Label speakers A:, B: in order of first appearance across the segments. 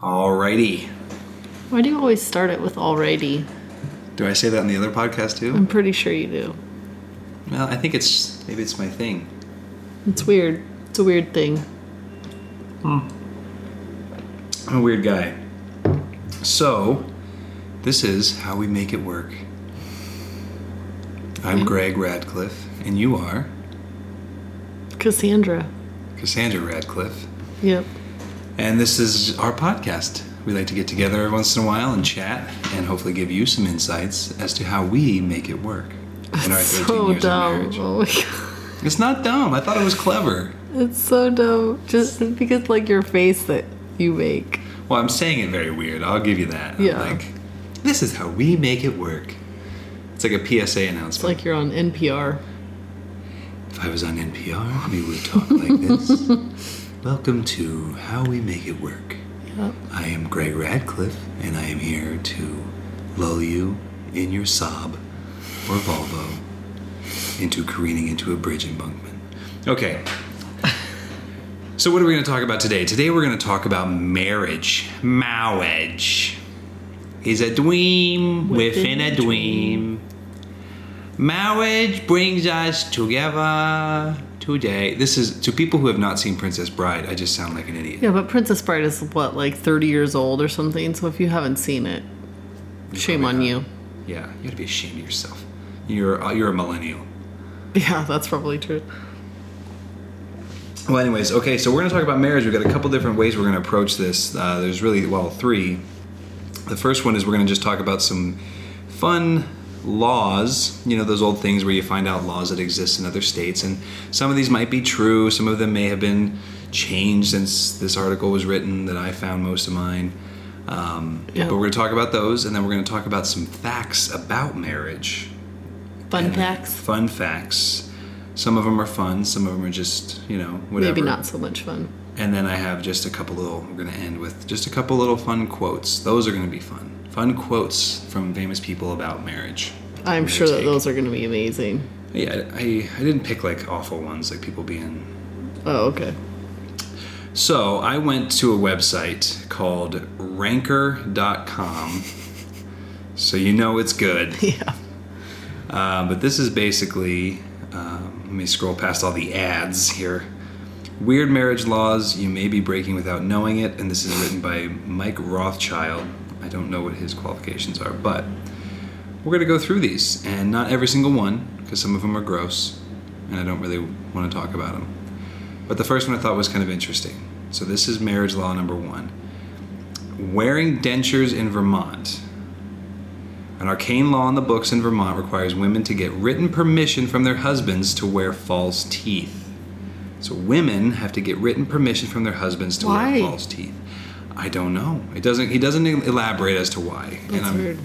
A: Alrighty.
B: Why do you always start it with alrighty?
A: Do I say that on the other podcast too?
B: I'm pretty sure you do.
A: Well, I think it's maybe it's my thing.
B: It's weird. It's a weird thing.
A: I'm a weird guy. So, this is how we make it work.
B: Mm.
A: I'm Greg Radcliffe, and you are
B: Cassandra.
A: Cassandra Radcliffe.
B: Yep.
A: And this is our podcast. We like to get together every once in a while and chat and hopefully give you some insights as to how we make it work in our 13
B: So
A: years of
B: dumb.
A: marriage.
B: Oh my god.
A: It's not dumb. I thought it was clever.
B: It's so dumb. Just because like your face that you make.
A: Well, I'm saying it very weird. I'll give you that. I'm
B: Yeah.
A: like, this is how we make it work. It's like a PSA
B: It's
A: announcement.
B: like you're on NPR.
A: If I was on NPR, we would talk like this. Welcome to How We Make It Work.
B: Yep.
A: I am Greg Radcliffe, and I am here to lull you in your sob or Volvo into careening into a bridge embankment. Okay. So, what are we going to talk about today? Today, we're going to talk about marriage. Marriage is a dream within,
B: Within
A: a
B: a
A: dream. Marriage brings us together today. This is to people who have not seen Princess Bride. I just sound like an idiot.
B: Yeah, but Princess Bride is what like 30 years old or something. So if you haven't seen it, shame on you.
A: Yeah, you gotta be ashamed of yourself. You're uh, you're a millennial.
B: Yeah, that's probably true.
A: Well, anyways, okay, so we're gonna talk about marriage. We've got a couple different ways we're gonna approach this. Uh, there's really well three. The first one is we're gonna just talk about some fun laws. You know those old things where you find out laws that exist in other states, and some of these might be true. Some of them may have been changed since this article was written. That I found most of mine. Um,
B: Yeah.
A: But we're gonna talk about those, and then we're gonna talk about some facts about marriage.
B: Fun
A: and
B: facts.
A: Fun facts. Some of them are fun. Some of them are just you know whatever.
B: Maybe not so much fun.
A: And then I have just a couple little. We're gonna end with just a couple little fun quotes. Those are gonna be fun. Fun quotes from famous people about marriage.
B: I'm
A: gonna
B: sure that
A: take-
B: those are going to be amazing.
A: Yeah, I, I didn't pick like awful ones like people being
B: Oh, okay.
A: So I went to a website called ranker.com. So you know it's good.
B: Yeah.
A: Uh, but this is basically, um, let me scroll past all the ads here. Weird marriage laws you may be breaking without knowing it. And this is written by Mike Rothschild. I don't know what his qualifications are, but we're going to go through these. And not every single one, because some of them are gross. And I don't really want to talk about them. But the first one I thought was kind of interesting. So this is marriage law number one. Wearing dentures in Vermont. An arcane law in the books in Vermont requires women to get written permission from their husbands to wear false teeth. So women have to get written permission from their husbands to
B: Why?
A: wear false teeth. I don't know. It doesn't. He doesn't elaborate as to why.
B: That's weird.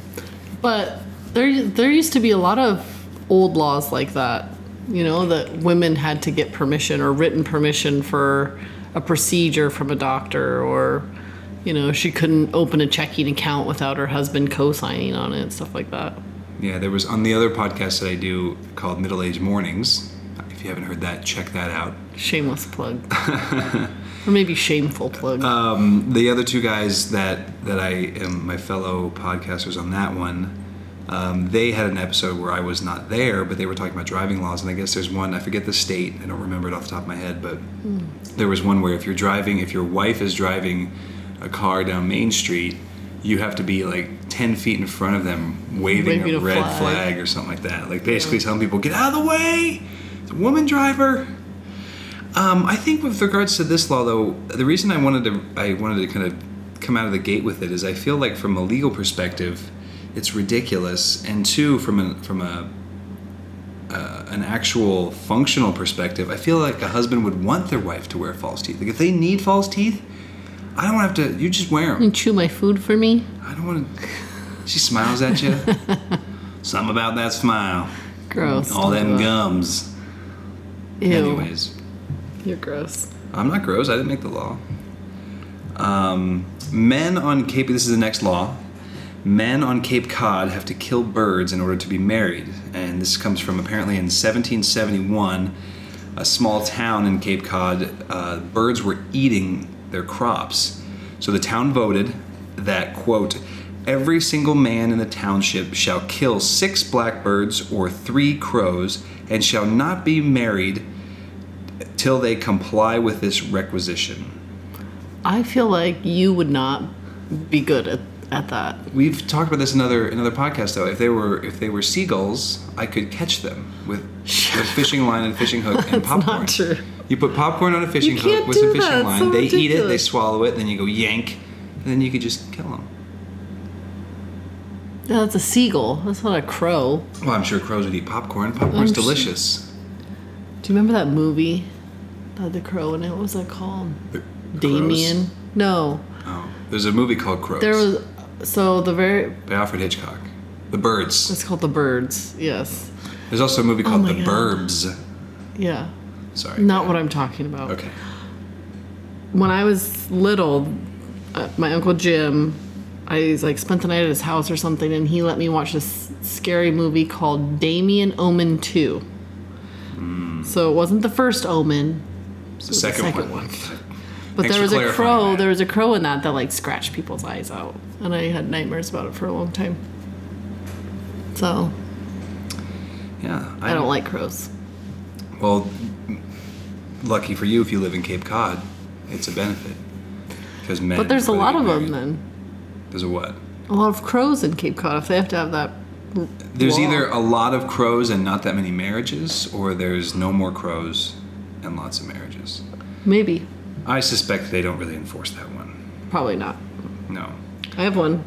B: But there, there used to be a lot of old laws like that. You know that women had to get permission or written permission for a procedure from a doctor, or you know she couldn't open a checking account without her husband co-signing on it and stuff like that.
A: Yeah, there was on the other podcast that I do called Middle Age Mornings. If you haven't heard that, check that out.
B: Shameless plug, or maybe shameful plug.
A: Uh, the other two guys that that I am my fellow podcasters on that one, um, they had an episode where I was not there, but they were talking about driving laws, and I guess there's one I forget the state, I don't remember it off the top of my head, but
B: Hmm.
A: there was one where if you're driving, if your wife is driving a car down Main Street, you have to be like ten feet in front of them, waving
B: Waving
A: a
B: a
A: red flag.
B: flag.
A: or something like that, like basically telling people get out of the way, it's a woman driver. Um, I think with regards to this law, though, the reason I wanted to I wanted to kind of come out of the gate with it is I feel like from a legal perspective, it's ridiculous, and two from a, from a uh, an actual functional perspective, I feel like a husband would want their wife to wear false teeth. Like if they need false teeth, I don't want to have to. You just wear them.
B: and chew my food for me.
A: I don't want to. She smiles at you. Something about that smile.
B: Gross.
A: All them
B: Ugh.
A: gums.
B: Ew.
A: Anyways.
B: You're gross.
A: I'm not gross. I didn't make the law. Um, men on Cape. This is the next law. Men on Cape Cod have to kill birds in order to be married, and this comes from apparently in 1771, a small town in Cape Cod. Uh, birds were eating their crops, so the town voted that, quote, every single man in the township shall kill six blackbirds or three crows and shall not be married till they comply with this requisition.
B: I feel like you would not be good at, at that.
A: We've talked about this in another another podcast though. If they were if they were seagulls, I could catch them with a fishing line and fishing hook and
B: That's not
A: popcorn.
B: true.
A: You put popcorn on a fishing
B: can't
A: hook with some
B: do
A: fishing
B: that. It's
A: line.
B: so
A: they eat it, they
B: ridiculous.
A: swallow it, then you go yank, and then you could just kill them.
B: No, that's a seagull. That's not a crow.
A: Well, I'm sure crows would eat popcorn. Popcorn's
B: I'm sure-
A: delicious.
B: Do you remember that movie? that had the crow in it. What was that called?
A: The
B: Damien? No.
A: Crows. Oh, there's a movie called Crows.
B: There was. So the very.
A: by Alfred Hitchcock. The Birds.
B: It's called The Birds. Yes.
A: There's also a movie called
B: Oh my
A: The
B: God.
A: Burbs.
B: Yeah.
A: Sorry.
B: Not what I'm talking about.
A: Okay.
B: when I was little, uh, my uncle Jim, I like spent the night at his house or something, and he let me watch this scary movie called Damien Omen Two.
A: Hmm.
B: So it wasn't the first Omen,
A: It's the second,
B: second
A: one.
B: one. but
A: Thanks
B: there
A: for
B: was a
A: clarifying
B: crow.
A: that.
B: There was a crow in that that like scratched people's eyes out, and I had nightmares about it for a long time. So
A: Yeah.
B: I don't like crows.
A: Well, m- lucky for you if you live in Cape Cod, it's a benefit. Because men.
B: But there's a
A: when they
B: lot
A: get
B: of them
A: married-
B: then.
A: There's a what?
B: A lot of crows in Cape Cod. If they have to have that,
A: There's
B: law.
A: either a lot of crows and not that many marriages, or there's no more crows and lots of marriages.
B: maybe,
A: I suspect they don't really enforce that one.
B: probably not.
A: No.
B: I have one.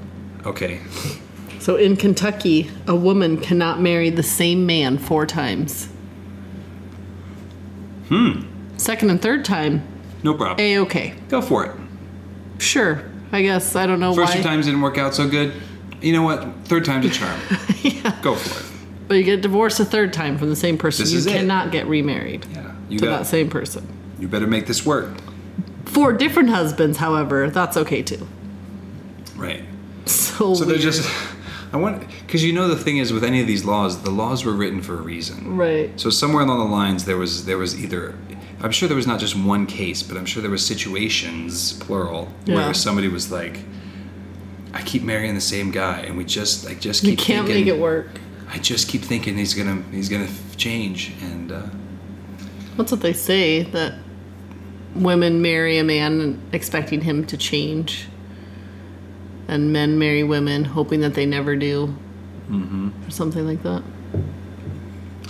A: Okay.
B: So in Kentucky, a woman cannot marry the same man four times. Hmm.
A: Hmm.
B: Second and third time,
A: No problem.
B: a okay.
A: Go for it.
B: Sure, I guess I don't know
A: First
B: why,
A: two times didn't work out so good. You know what? Third time's a charm. Go for it.
B: but you get divorced a third time from the same person.
A: This
B: you
A: is it.
B: cannot get remarried
A: Yeah. You
B: to
A: got.
B: that same person.
A: You better make this work.
B: Four different husbands, however, that's okay too.
A: Right.
B: So,
A: So
B: weird.
A: they're just. I want because you know the thing is with any of these laws, the laws were written for a reason.
B: right.
A: So somewhere along the lines, there was there was either, I'm sure there was not just one case, but I'm sure there were situations plural
B: Yeah.
A: where somebody was like, I keep marrying the same guy, and we just I just keep
B: You can't
A: thinking,
B: make it work.
A: I just keep thinking he's gonna he's gonna change, and uh,
B: That's what they say that women marry a man expecting him to change, and men marry women hoping that they never do, or something like that.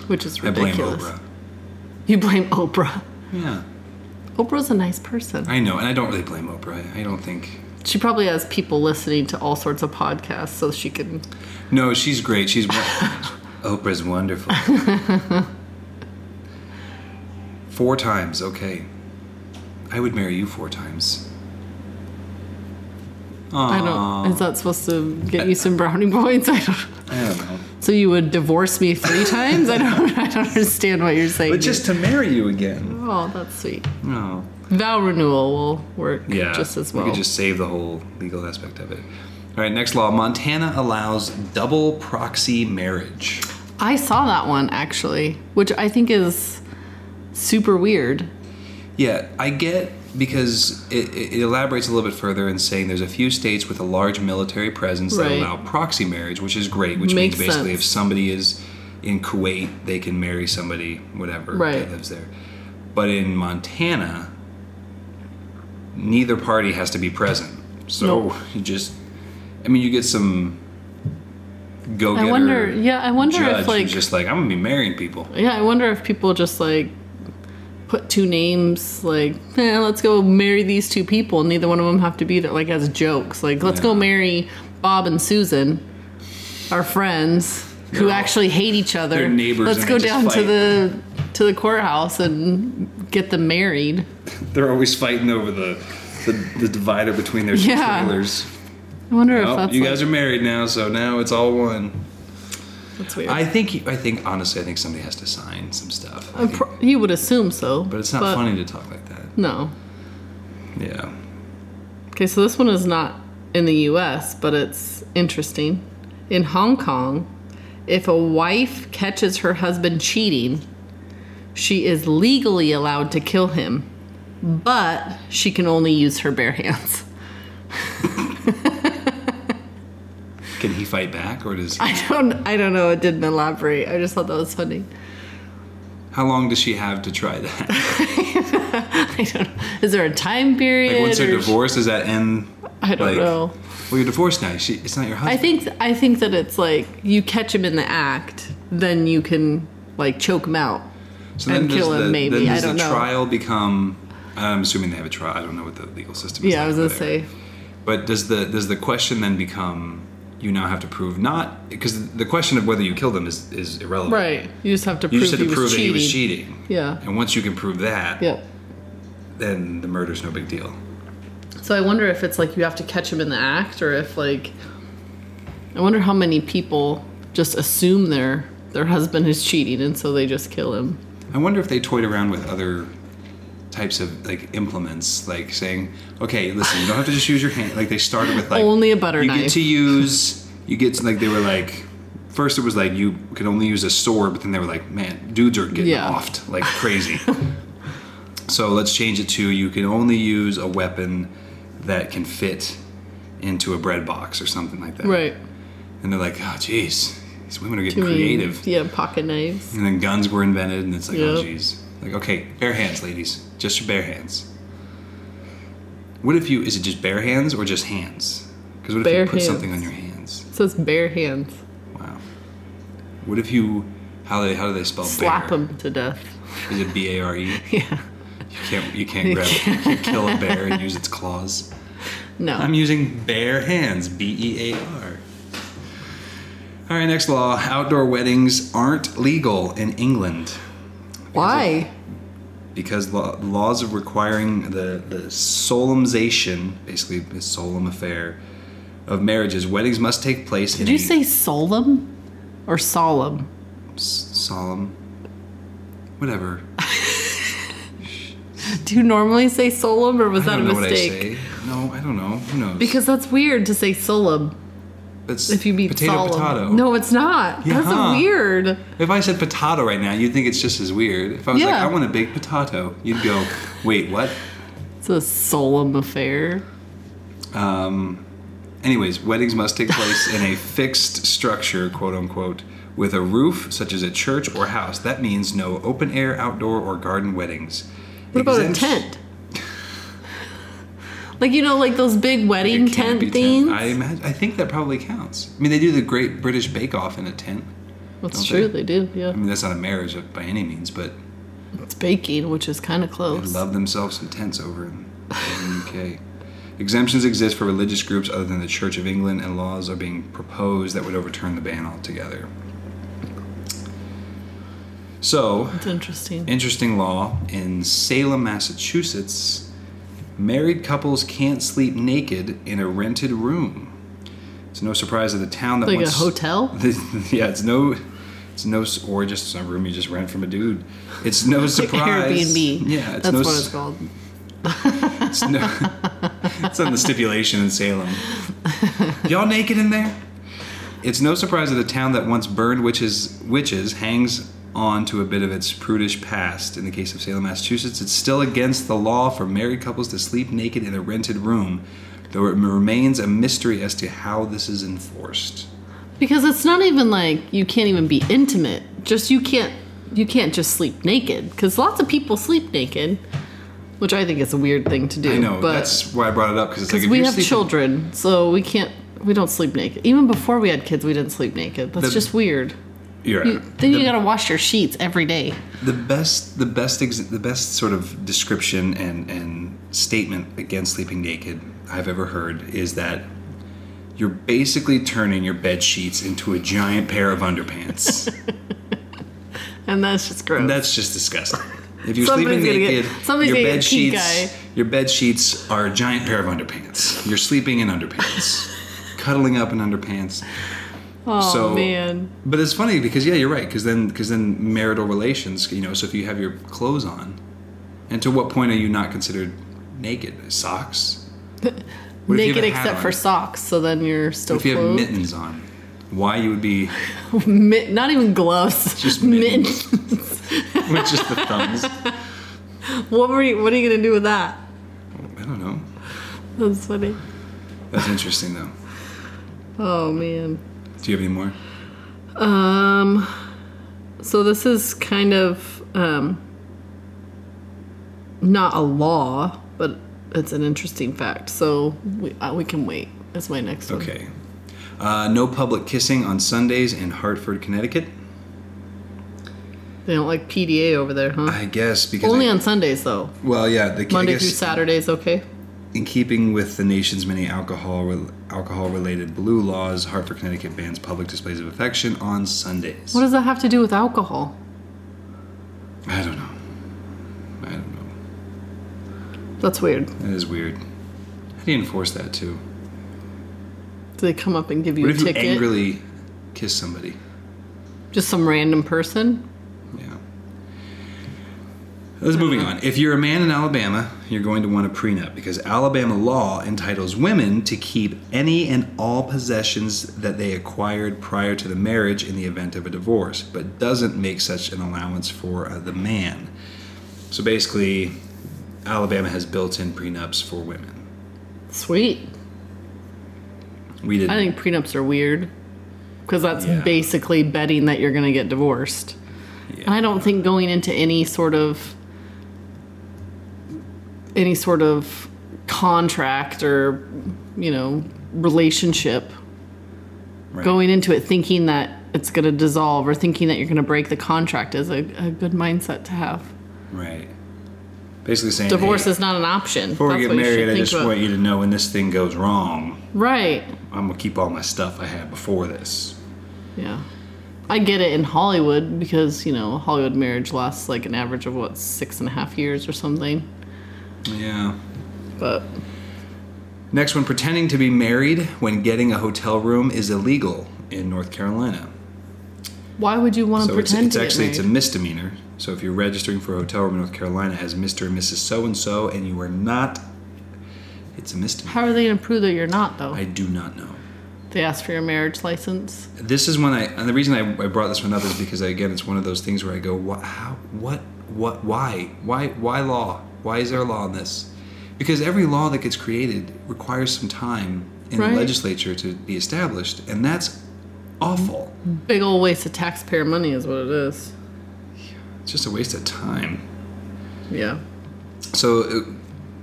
B: Which is
A: Mm-hmm. I blame
B: ridiculous.
A: Oprah.
B: You blame Oprah.
A: Yeah,
B: Oprah's a nice person.
A: I know, and I don't really blame Oprah. I, I don't think.
B: She probably has people listening to all sorts of podcasts, so she can.
A: No, she's great. She's won- Oprah's wonderful. four times, okay. I would marry you four times.
B: I don't. Is that supposed to get you some brownie points? I don't.
A: I don't know.
B: So you would divorce me three times? I don't. I don't understand what you're saying.
A: But just to marry you again.
B: oh, that's sweet.
A: No.
B: vow renewal will work
A: Yeah.
B: just as
A: We
B: well.
A: could just save the whole legal aspect of it. All right, next law. Montana allows double proxy marriage.
B: I saw that one actually, which I think is super weird.
A: Yeah, I get because it, it it elaborates a little bit further in saying there's a few states with a large military presence that
B: Right.
A: allow proxy marriage, which is great, which
B: Makes
A: means basically
B: sense.
A: if somebody is in Kuwait, they can marry somebody, whatever,
B: Right.
A: that lives there. But in Montana, neither party has to be present. So
B: Nope.
A: you just, I mean, you get some go getter.
B: I wonder. Yeah, I wonder
A: Judge
B: if like.
A: who's just like I'm gonna be marrying people.
B: yeah, I wonder if people just like put two names like eh, let's go marry these two people and neither one of them have to be there like as jokes like let's go
A: Yeah.
B: marry bob and susan our friends who
A: They're all-
B: actually hate each other
A: they're neighbors
B: let's
A: and
B: go
A: they just
B: down to
A: fight.
B: the to the courthouse and get them married
A: They're always fighting over the the, the divider between their two
B: Yeah.
A: trailers.
B: I wonder if
A: Oh,
B: that's
A: you
B: like-
A: guys are married now, so now it's all one.
B: that's weird.
A: I think I think honestly, I think somebody has to sign some stuff. I
B: I
A: think-
B: pro- you would assume so,
A: but it's not funny to talk like that.
B: No.
A: Yeah.
B: Okay, so this one is not in the U.S., but it's interesting. In Hong Kong, if a wife catches her husband cheating, she is legally allowed to kill him, but she can only use her bare hands.
A: Can he fight back, or does?
B: I don't. I don't know. It didn't elaborate. I just thought that was funny.
A: How long does she have to try that?
B: I don't. Know. Is there a time period?
A: Like once they're
B: or-
A: divorced, does that end?
B: I don't
A: like,
B: know.
A: Well, you're divorced now. She, it's not your
B: I
A: husband.
B: think. I think that it's like you catch him in the act, then you can like choke him out.
A: so
B: and
A: does
B: kill him,
A: the,
B: maybe.
A: Then
B: I
A: does
B: don't
A: the
B: know.
A: trial become? I'm assuming they have a trial. I don't know what the legal system is.
B: Yeah, I
A: like
B: was
A: over
B: gonna
A: there.
B: say.
A: But does the does the question then become you now have to prove not because the question of whether you killed them is is irrelevant.
B: Right. You just have to
A: You
B: prove,
A: just had to
B: he,
A: prove
B: was
A: that he was
B: cheating.
A: cheating.
B: Yeah.
A: And once you can prove that,
B: Yep.
A: then the murder's no big deal.
B: So I wonder if it's like you have to catch him in the act, or if like I wonder how many people just assume their their husband is cheating, and so they just kill him.
A: I wonder if they toyed around with other types of like implements, like saying, "Okay, listen, you don't have to just use your hand." Like they started with like
B: Only a butter
A: you
B: knife.
A: get to use. You get to, like they were like. First, it was like you could only use a sword, but then they were like, "Man, dudes are getting
B: Yeah.
A: offed like crazy." so let's change it to you can only use a weapon that can fit into a bread box or something like that.
B: Right.
A: And they're like, "Oh, jeez, these women are
B: I
A: getting
B: mean,
A: creative."
B: Yeah, pocket knives.
A: And then guns were invented, and it's like, oh,
B: Yep.
A: jeez. Like, okay, bare hands, ladies. Just your bare hands. What if you, is it just bare hands or just hands? Because what if
B: Bare
A: you put something on
B: hands.
A: your hands?
B: It says bare hands.
A: Wow. What if you, how do they, how do they spell
B: Slap
A: bear?
B: him to death.
A: Is it B A R E?
B: Yeah.
A: You can't, you can't grab, you can't kill a bear and use its claws.
B: No.
A: I'm using bare hands, B E A R. All right, next law outdoor weddings aren't legal in England.
B: Why?
A: because law, laws of requiring the, the solemnization, basically a solemn affair, of marriages, weddings must take place in
B: Did you
A: a
B: say solemn or solemn?
A: s- solemn, whatever.
B: Do you normally say solemn, or was
A: I
B: that a
A: don't know
B: mistake?
A: what I say. No, I don't know. Who knows?
B: Because that's weird to say solemn
A: it's
B: if you mean
A: potato,
B: solemn.
A: potato.
B: No, it's not. That's
A: Yeah.
B: a weird.
A: If I said potato right now, you'd think it's just as weird. If I was like,
B: Yeah.
A: I want a big potato, you'd go, wait, what?
B: It's a solemn affair.
A: Um, anyways, weddings must take place in a fixed structure, quote unquote, with a roof such as a church or house. That means no open air, outdoor, or garden weddings.
B: What about a tent? like you know, like those big wedding tent things.
A: I imagine. I think that probably counts. I mean, they do the Great British Bake Off in a tent.
B: That's
A: don't
B: true.
A: they?
B: They do. Yeah,
A: I mean, that's not a marriage by any means, but
B: it's baking, which is kind of
A: they
B: close.
A: love themselves some tents over in, over in the UK. Exemptions exist for religious groups other than the Church of England, and laws are being proposed that would overturn the ban altogether. So,
B: It's interesting.
A: interesting law in Salem, Massachusetts. Married couples can't sleep naked in a rented room. It's no surprise that the town that
B: Like a
A: once
B: hotel.
A: yeah, it's no, it's no, s- or just a room you just rent from a dude. It's no surprise.
B: Airbnb.
A: Yeah, it's
B: that's
A: no,
B: what
A: s-
B: it's called.
A: it's no. it's on the stipulation in Salem. Y'all naked in there? It's no surprise that the town that once burned witches witches hangs on to a bit of its prudish past. In the case of Salem, Massachusetts, it's still against the law for married couples to sleep naked in a rented room, though it remains a mystery as to how this is enforced.
B: Because it's not even like you can't even be intimate. Just you can't you can't just sleep naked. Because lots of people sleep naked, which I think is a weird thing to do.
A: I know
B: but
A: that's why I brought it up because it's like
B: 'cause
A: if
B: we
A: you're
B: have
A: sleeping-
B: children, so we can't we don't sleep naked. Even before we had kids, we didn't sleep naked. That's
A: The-
B: just weird.
A: You're
B: You,
A: right.
B: then
A: The-
B: you gotta wash your sheets every day.
A: The best, the best, ex- the best sort of description and and statement against sleeping naked I've ever heard is that you're basically turning your bed sheets into a giant pair of underpants.
B: And that's just gross.
A: That's just disgusting. If you're
B: Somebody's
A: sleeping
B: gonna get-
A: naked,
B: somebody's
A: your
B: gonna
A: bed
B: get pink
A: sheets,
B: eye.
A: your bed sheets are a giant pair of underpants. You're sleeping in underpants, cuddling up in underpants.
B: oh
A: so-
B: man.
A: But it's funny because yeah, you're right. Because then, because then marital relations, you know. So if you have your clothes on, and to what point are you not considered naked? Socks. What if you have
B: naked
A: a hat
B: except
A: on?
B: for socks, so then you're still
A: If you have
B: clothed.
A: mittens on, why you would be
B: Mitt- not even gloves.
A: Just
B: mittens.
A: with just the thumbs?
B: what were you, what are you gonna do with that?
A: I don't know.
B: That's funny.
A: That's interesting though.
B: Oh man.
A: Do you have any more?
B: Um, so this is kind of um, not a law, but it's an interesting fact. So we uh, we can wait. That's my next one.
A: Okay. Uh, no public kissing on Sundays in Hartford, Connecticut.
B: They don't like PDA over there, huh?
A: I guess because
B: Only
A: I-
B: on Sundays though.
A: well, yeah, the
B: Monday
A: I guess
B: through Saturdays, okay.
A: In keeping with the nation's many alcohol alcohol related blue laws, Hartford, Connecticut bans public displays of affection on Sundays.
B: What does that have to do with alcohol?
A: I don't know. I don't know.
B: That's weird.
A: That is weird. How do you enforce that too?
B: Do they come up and give you
A: What
B: a
A: if you
B: ticket?
A: angrily kiss somebody?
B: Just some random person?
A: Yeah. Let's moving on. If you're a man in Alabama, you're going to want a prenup because Alabama law entitles women to keep any and all possessions that they acquired prior to the marriage in the event of a divorce, but doesn't make such an allowance for uh, the man. So basically, Alabama has built-in prenups for women.
B: Sweet.
A: We did.
B: I think prenups are weird because that's
A: Yeah.
B: basically betting that you're going to get divorced.
A: Yeah.
B: And I don't think going into any sort of any sort of contract or you know relationship
A: right.
B: going into it thinking that it's going to dissolve or thinking that you're going to break the contract is a, a good mindset to have.
A: Right. Basically saying hey,
B: Divorce is not an option.
A: Before we
B: That's
A: get
B: what you should
A: married, I
B: think
A: just
B: about.
A: want you to know when this thing goes wrong,
B: right.
A: I'm gonna keep all my stuff I had before this.
B: Yeah. I get it in Hollywood because, you know, Hollywood marriage lasts like an average of what, six and a half years or something.
A: Yeah.
B: But
A: Next one, pretending to be married when getting a hotel room is illegal in North Carolina.
B: why would you want to
A: So it's,
B: pretend
A: it's
B: to get
A: actually it's a
B: married?
A: misdemeanor. So if you're registering for a hotel room in North Carolina as Mr. and Mrs. So and So, and you are not, it's a misdemeanor.
B: How are they going to prove that you're not, though?
A: I do not know.
B: they ask for your marriage license.
A: This is when I, and the reason I, I brought this one up is because again, it's one of those things where I go, what, how, what, what, why, why, why law? Why is there a law on this? Because every law that gets created requires some time in
B: Right.
A: the legislature to be established, and that's awful.
B: Big old waste of taxpayer money is what it is.
A: It's just a waste of time.
B: Yeah.
A: So,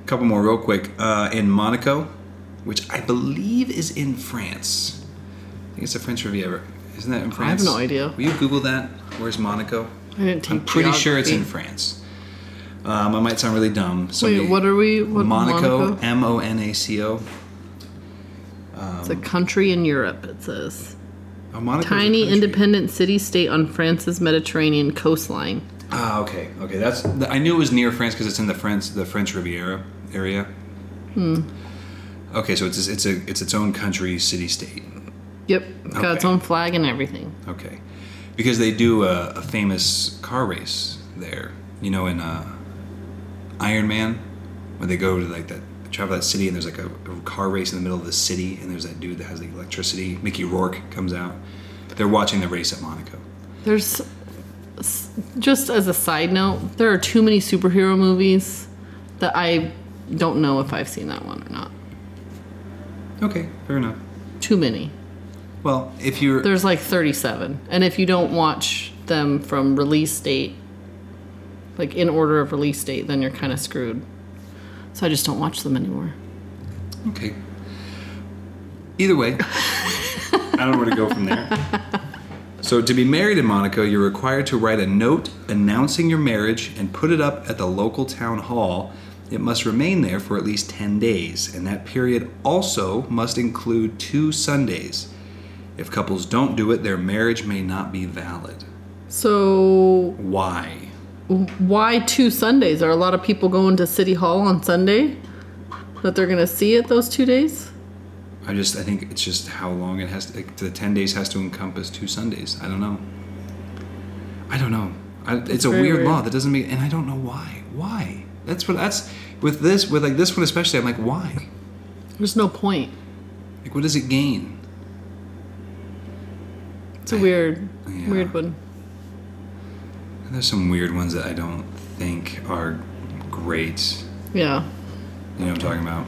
A: a couple more real quick. Uh, in Monaco, which I believe is in France. I think it's the French Riviera. Isn't that in
B: have
A: France?
B: no idea.
A: Will you Google that? Where's Monaco?
B: I didn't take
A: I'm pretty sure it's in
B: geography.
A: France. Um, I might sound really dumb. So
B: Wait, what are we? What,
A: Monaco,
B: Monaco?
A: M O N A C O.
B: It's a country in Europe, it says.
A: Oh, Monaco.
B: Tiny independent city state on France's Mediterranean coastline.
A: Ah, okay, okay. That's I knew it was near France because it's in the French the French Riviera area. Hmm. Okay, so it's it's a it's its own country, city, state.
B: Yep. Got its
A: Okay.
B: own flag and everything.
A: Okay, because they do a, a famous car race there. You know, in uh, Iron Man, when they go to like that travel that city, and there's like a, a car race in the middle of the city, and there's that dude that has the electricity. Mickey Rourke comes out. They're watching the race at Monaco.
B: There's s- just as a side note, there are too many superhero movies that I don't know if I've seen that one or not.
A: Okay, fair enough.
B: Too many.
A: Well, if you're
B: There's like 37. And if you don't watch them from release date, like in order of release date, then you're kind of screwed. So I just don't watch them anymore.
A: okay, either way, I don't know where to go from there. So, to be married in Monaco, you're required to write a note announcing your marriage and put it up at the local town hall. It must remain there for at least 10 days, and that period also must include two Sundays. If couples don't do it, their marriage may not be valid.
B: So
A: Why?
B: why two Sundays? Are a lot of people going to City Hall on Sunday that they're going to see it those two days?
A: I just, I think it's just how long it has to, like, the 10 days has to encompass two Sundays. I don't know. I don't know. I, it's a
B: very
A: weird,
B: weird.
A: law that doesn't make, and I don't know why. Why? That's what, that's, with this, with like this one especially, I'm like, why?
B: There's no point.
A: Like, what does it gain?
B: It's a weird,
A: Yeah.
B: weird one.
A: And there's some weird ones that I don't think are great.
B: Yeah.
A: You know what I'm talking about?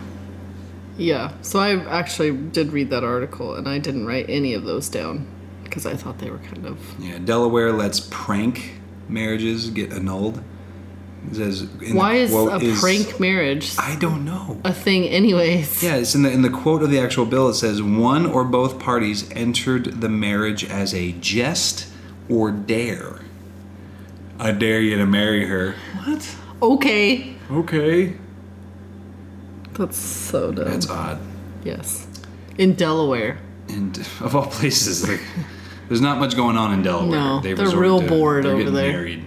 B: Yeah. So I actually did read that article and I didn't write any of those down because I thought they were kind of.
A: Yeah, Delaware lets prank marriages get annulled. It says in
B: Why
A: the
B: is
A: quote
B: a prank marriage
A: I don't know.
B: a thing, anyways?
A: Yeah, it's in the in the quote of the actual bill. It says one or both parties entered the marriage as a jest or dare. I dare you to marry her. What?
B: Okay.
A: Okay.
B: That's so dumb.
A: That's odd.
B: yes. In Delaware.
A: And of all places, like, there's not much going on in Delaware.
B: No,
A: They've
B: they're
A: resorted
B: real
A: to-
B: bored
A: they're
B: over
A: getting
B: there.
A: Married.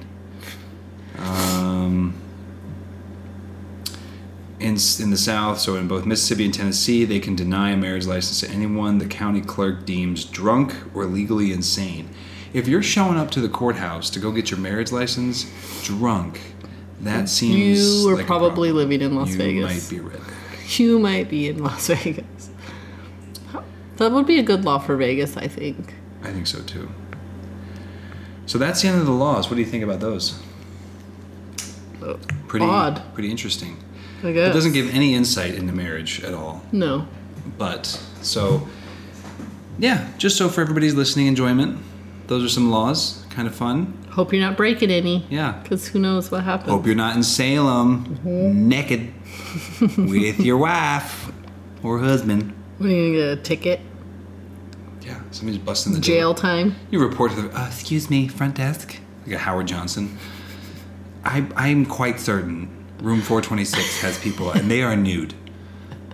A: Um, in s- in the South, so in both Mississippi and Tennessee, they can deny a marriage license to anyone the county clerk deems drunk or legally insane. If you're showing up to the courthouse to go get your marriage license drunk, that seems
B: You were
A: like a
B: probably
A: problem.
B: living in Las
A: you might
B: Vegas.
A: be red.
B: You might be in Las Vegas. That would be a good law for Vegas, I think.
A: I think so too. So that's the end of the laws. What do you think about those?
B: Uh,
A: Pretty
B: Odd.
A: pretty interesting.
B: I guess.
A: It doesn't give any insight into marriage at all.
B: No.
A: But so yeah, just so for everybody's listening enjoyment, those are some laws. Kind of fun.
B: Hope you're not breaking any.
A: Yeah.
B: Because who knows what happens.
A: Hope you're not in Salem
B: Mm-hmm.
A: naked with your wife or husband.
B: What are you gonna get a ticket?
A: Yeah, somebody's busting the door.
B: Jail time?
A: You report to the, uh, excuse me, front desk. Like a Howard Johnson. I, I'm quite certain room 426 has people, and they are nude.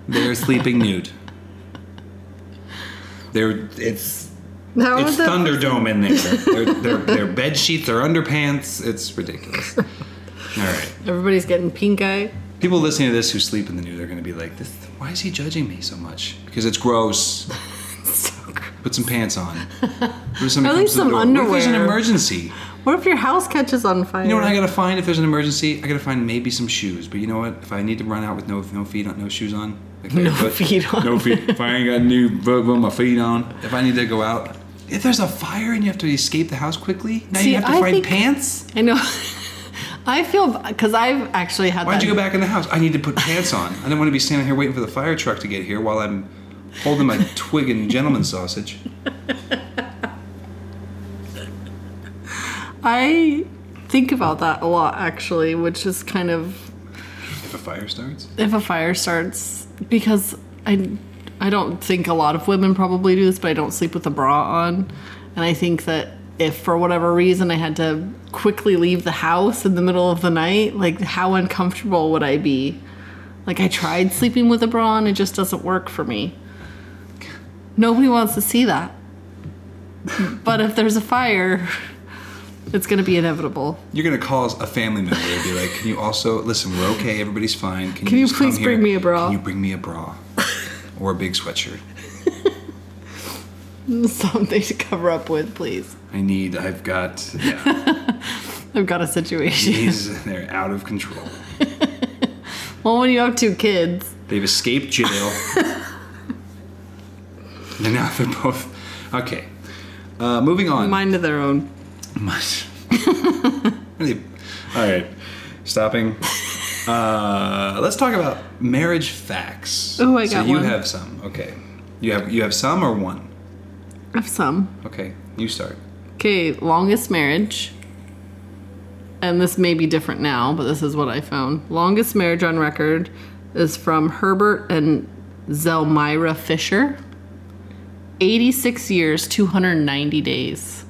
A: They are sleeping nude. They're, it's,
B: How
A: it's
B: would that-
A: Thunderdome in there. Their, their, their bed sheets, their underpants. It's ridiculous. All right.
B: Everybody's getting pink eye.
A: People listening to this who sleep in the nude, they're going to be like, this, why is he judging me so much? Because it's gross.
B: So gross.
A: Put some pants on. What if somebody
B: At
A: comes
B: least
A: to the
B: some
A: door? What if there's an
B: underwear.
A: emergency.
B: What if your house catches on fire?
A: You know what I gotta find if there's an emergency? I gotta find maybe some shoes. But you know what? If I need to run out with no no feet on, no shoes on, like
B: No
A: barefoot-
B: feet on.
A: no feet. If I ain't got new boot with my feet on, if I need to go out, if there's a fire and you have to escape the house quickly, now
B: See,
A: you have to
B: I
A: find
B: think-
A: pants.
B: I know. I feel because I've actually had.
A: Why'd
B: that.
A: you go back in the house? I need to put pants on. I don't want to be standing here waiting for the fire truck to get here while I'm holding my twig and gentleman sausage.
B: I think about that a lot actually, which is kind of
A: If a fire starts,
B: if a fire starts because I I don't think a lot of women probably do this, but I don't sleep with a bra on, and I think that if for whatever reason I had to quickly leave the house in the middle of the night, like how uncomfortable would I be? Like I tried sleeping with a bra on, it just doesn't work for me. Nobody wants to see that. But if there's a fire, it's going to be inevitable.
A: you're gonna call a family member and be like, "Can you also listen? We're okay. Everybody's fine. Can,
B: Can you
A: just come
B: please
A: here?
B: bring me a bra?"
A: Can you bring me a bra or a big sweatshirt?
B: Something to cover up with, please.
A: I need. I've got. Yeah,
B: I've got a situation.
A: these they're out of control.
B: Well, when you have two kids,
A: They've escaped jail. and now they're both. Okay, uh, moving on.
B: mind to their own.
A: Much. All right, stopping. Uh, let's talk about marriage facts.
B: Ooh, I
A: so
B: got
A: you
B: one.
A: have some. Okay, you have you have some or one.
B: I have some.
A: Okay, you start.
B: Okay, longest marriage. And this may be different now, but this is what I found. Longest marriage on record is from Herbert and Zelmira Fisher. 86 years, 290 days.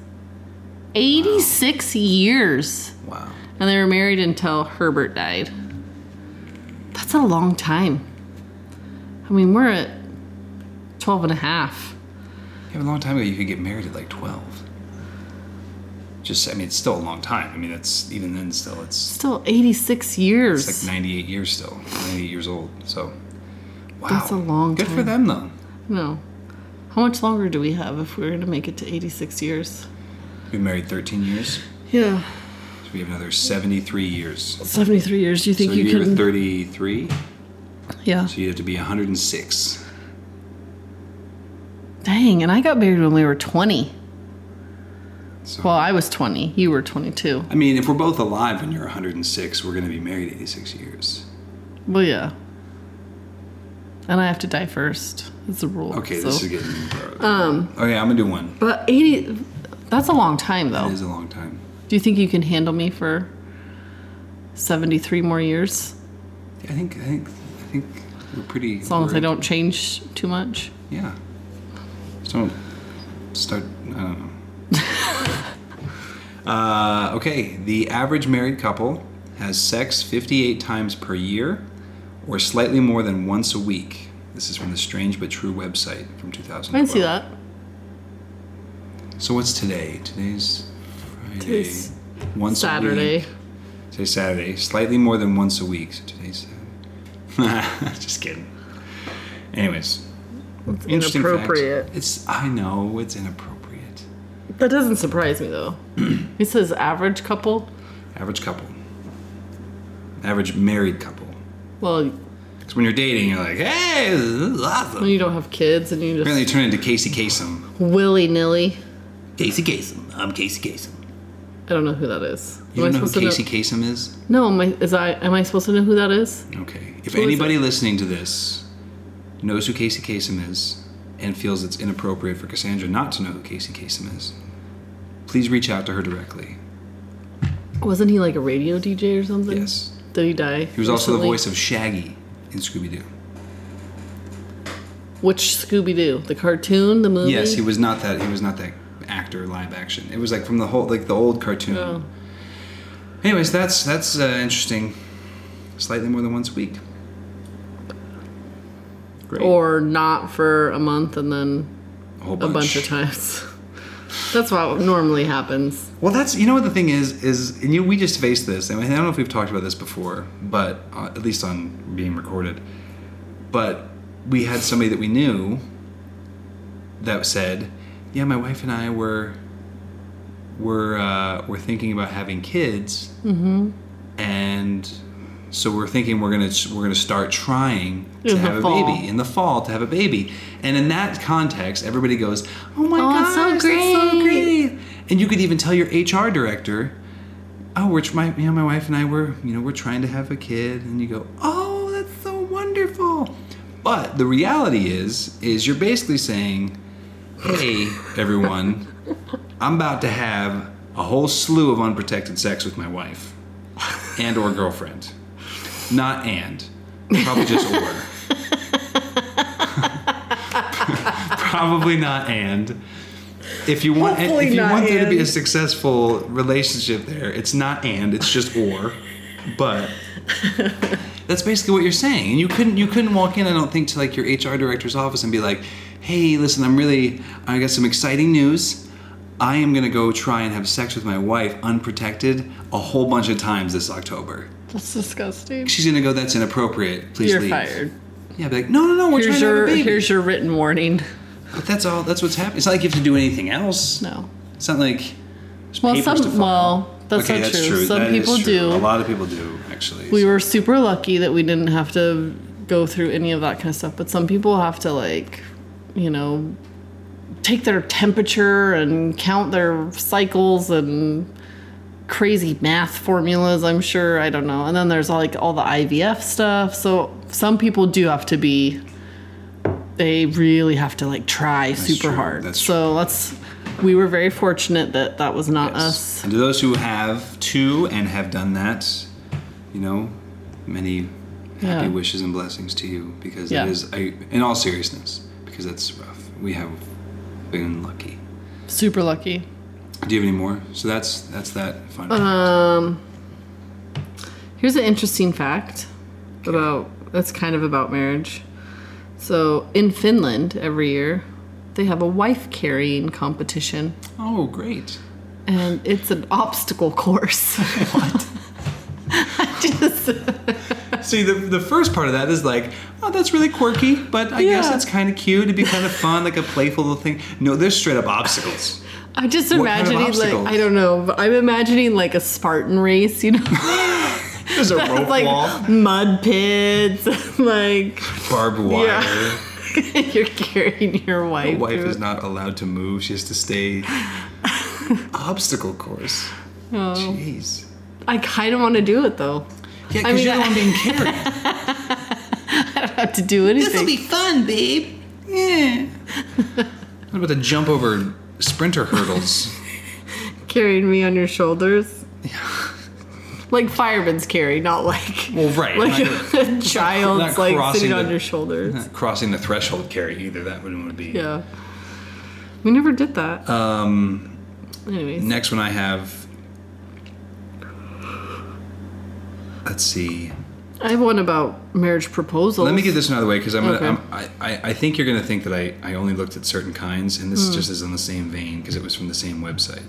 B: 86 years.
A: Wow.
B: And they were married until Herbert died. That's a long time. I mean, we're at 12 and a half.
A: Yeah, a long time ago, you could get married at like twelve. Just, I mean, it's still a long time. I mean, that's even then, still, it's
B: Still 86 years.
A: it's like ninety-eight years still, ninety-eight years old. So, wow,
B: That's a long
A: Good for them,
B: time.
A: though.
B: no. How much longer do we have if we're going to make it to 86 years?
A: We've been married thirteen years,
B: Yeah.
A: so we have another seventy-three years.
B: 73 years. Do you think
A: So
B: you
A: you're
B: can?
A: thirty-three,
B: yeah.
A: so you have to be hundred and six.
B: Dang. And I got married when we were 20.
A: So-
B: Well, I was 20. You were 22.
A: I mean, if we're both alive when you're hundred and six, we're going to be married eighty-six years.
B: Well, yeah. and I have to die first. It's a rule.
A: Okay,
B: so. um,
A: this is getting gross. okay, I'm gonna do one.
B: But 80, that's a long time though.
A: It is a long time.
B: Do you think you can handle me for 73 more years?
A: I think I think I think we're pretty.
B: As long as I don't change too much?
A: Yeah. Just don't start. I don't know. uh, okay, the average married couple has sex 58 times per year, or slightly more than once a week. This is from the Strange But True website from 2000.
B: I can see that.
A: So what's today? Today's Friday.
B: Today's
A: once A
B: Saturday.
A: week. Today's Saturday. Slightly more than once a week. So today's Saturday. Just kidding. Anyways. Interesting fact.
B: inappropriate.
A: It's I know it's inappropriate.
B: That doesn't surprise me though. it says average couple.
A: Average couple. Average married couple.
B: Well,
A: Because when you're dating, you're like, hey, this is awesome.
B: when you don't have kids and you
A: Apparently,
B: just
A: you turn into Casey Kasem.
B: willy nilly.
A: Casey Kasem. I'm Casey Kasem.
B: I don't know who that is.
A: You don't know who
B: supposed
A: Casey
B: to
A: Kasem is?
B: know? No, am I, is I, am I supposed to know who that is?
A: Okay. If
B: Who is
A: anybody listening to this knows who Casey Kasem is and feels it's inappropriate for Cassandra not to know who Casey Kasem is, please reach out to her directly.
B: Wasn't he like a radio DJ or something?
A: Yes.
B: Did he die?
A: He was also the voice of Shaggy in Scooby Doo.
B: Which Scooby Doo? The cartoon? The movie?
A: Yes, he was not that. He was not that actor live action. It was like from the whole like the old cartoon.
B: Oh.
A: Anyways, that's that's uh, interesting. Slightly more than once a week. Great.
B: Or not for a month and then
A: a, whole
B: a bunch of times. That's what normally happens.
A: Well, that's you know what the thing is is and you we just faced this. I, mean, I don't know if we've talked about this before, but uh, at least on being recorded. But we had somebody that we knew that said, "Yeah, my wife and I were were uh, were thinking about having kids,
B: Mm-hmm.
A: and so we're thinking we're gonna we're gonna start trying to
B: In the
A: have a
B: fall.
A: baby in the fall to have a baby." And in that context, everybody goes, "Oh my
B: Oh,
A: gosh,
B: it's so
A: that's so
B: great."
A: great!" And you could even tell your HR director, "Oh, we're tr- my you know my wife and I were you know we're trying to have a kid," and you go, "Oh, that's so wonderful." But the reality is, is you're basically saying, "Hey, everyone, I'm about to have a whole slew of unprotected sex with my wife and or girlfriend. Not and. Probably just or. Probably not and. If you want
B: Hopefully
A: if you
B: not
A: want there to be a
B: and.
A: successful relationship there, it's not and, it's just or. But that's basically what you're saying. And you couldn't you couldn't walk in, I don't think, to like your HR director's office and be like, "Hey, listen, I'm really I got some exciting news. I am gonna go try and have sex with my wife unprotected a whole bunch of times this October."
B: That's disgusting.
A: She's gonna go, "That's inappropriate. Please
B: You're
A: leave."
B: fired.
A: Yeah, be like, "No, no, no, we're
B: Here's
A: trying to
B: your
A: have a baby."
B: here's your written warning.
A: But that's all. That's what's happening. It's not like you have to do anything else.
B: No.
A: It's not like there's
B: Well,
A: papers to
B: some
A: file.
B: well that's
A: okay,
B: not
A: that's
B: true.
A: true.
B: Some
A: That is
B: people
A: true. A
B: do.
A: lot of people do actually.
B: We were super lucky that we didn't have to go through any of that kind of stuff. But some people have to like, you know, take their temperature and count their cycles and crazy math formulas. I'm sure. I don't know. And then there's like all the IVF stuff. So some people do have to be. They really have to like try super
A: true.
B: hard.
A: That's
B: so that's. We were very fortunate that that was not us.
A: And to those who have two and have done that, you know, many happy
B: Yeah.
A: wishes and blessings to you because
B: Yeah.
A: it is, I, in all seriousness, because that's rough. We have been lucky.
B: Super lucky.
A: Do you have any more? So that's that's that fun.
B: Um, here's an interesting fact about that's kind of about marriage. So in Finland, every year they have a wife carrying competition,
A: oh, great.
B: and it's an obstacle course. What? I just
A: See, the, the first part of that is like, oh, that's really quirky, but I guess
B: Yeah.
A: it's kind of cute. It'd be kind of fun, like a playful little thing. No, there's straight up obstacles.
B: I'm just
A: What kind of
B: imagining
A: obstacles?
B: like I don't know, but I'm imagining like a Spartan race, you know,
A: There's a rope
B: like
A: wall,
B: mud pits, like
A: barbed wire.
B: Yeah. you're carrying your wife.
A: My wife
B: through
A: is
B: it.
A: not allowed to move. She has to stay obstacle course.
B: Oh.
A: Jeez.
B: I kind of want to do it though.
A: Yeah, because
B: I mean,
A: you're the
B: I-
A: one being carried.
B: I don't have to do anything.
A: This'll be fun, babe. Yeah. what about the jump over sprinter hurdles?
B: carrying me on your shoulders. like firemen's carry, not like
A: Well, right.
B: like
A: Not-
B: a child's
A: not
B: like
A: crossing
B: sitting on
A: the-
B: your shoulders.
A: Not crossing the threshold carry either. That one would be.
B: Yeah. We never did that. Um anyways.
A: Next one I have. Let's see.
B: I have one about marriage proposals.
A: Let me get this another way because I'm,
B: Okay.
A: gonna, I'm I, I- I think you're gonna think that I, I only looked at certain kinds, and this just is in the same vein because it was from the same website.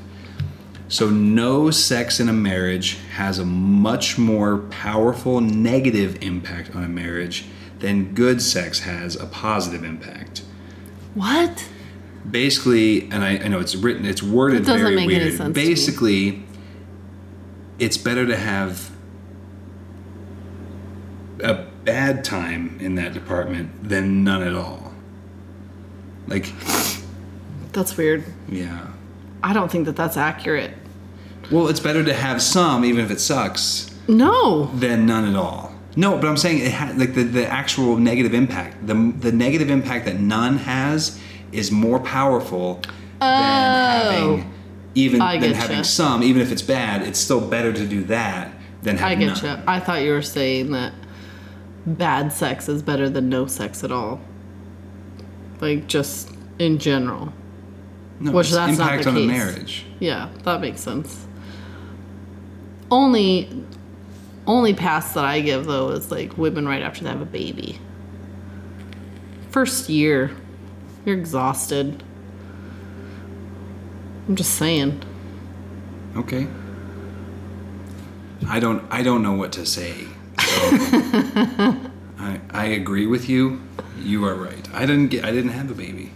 A: So no sex in a marriage has a much more powerful negative impact on a marriage than good sex has a positive impact.
B: What?
A: basically, and I, I know it's written, it's worded
B: It doesn't
A: very
B: make any
A: weird.
B: sense to me.
A: basically, it's better to have a bad time in that department than none at all. Like,
B: That's weird.
A: yeah.
B: I don't think that that's accurate.
A: Well, it's better to have some, even if it sucks,
B: No.
A: than none at all. No, but I'm saying it ha- like the, the actual negative impact. The the negative impact that none has is more powerful
B: Oh.
A: than having even
B: I
A: than
B: getcha.
A: having some. Even if it's bad, it's still better to do that than
B: I
A: having
B: get you.
A: none.
B: I thought you were saying that bad sex is better than no sex at all. Like just in general.
A: No,
B: Which
A: it's
B: that's not
A: impact
B: the
A: on a
B: case.
A: marriage.
B: Yeah, that makes sense. Only only pass that I give though is like women right after they have a baby. First year, you're exhausted. I'm just saying.
A: Okay. I don't I don't know what to say. So, I I agree with you. You are right. I didn't get I didn't have a baby.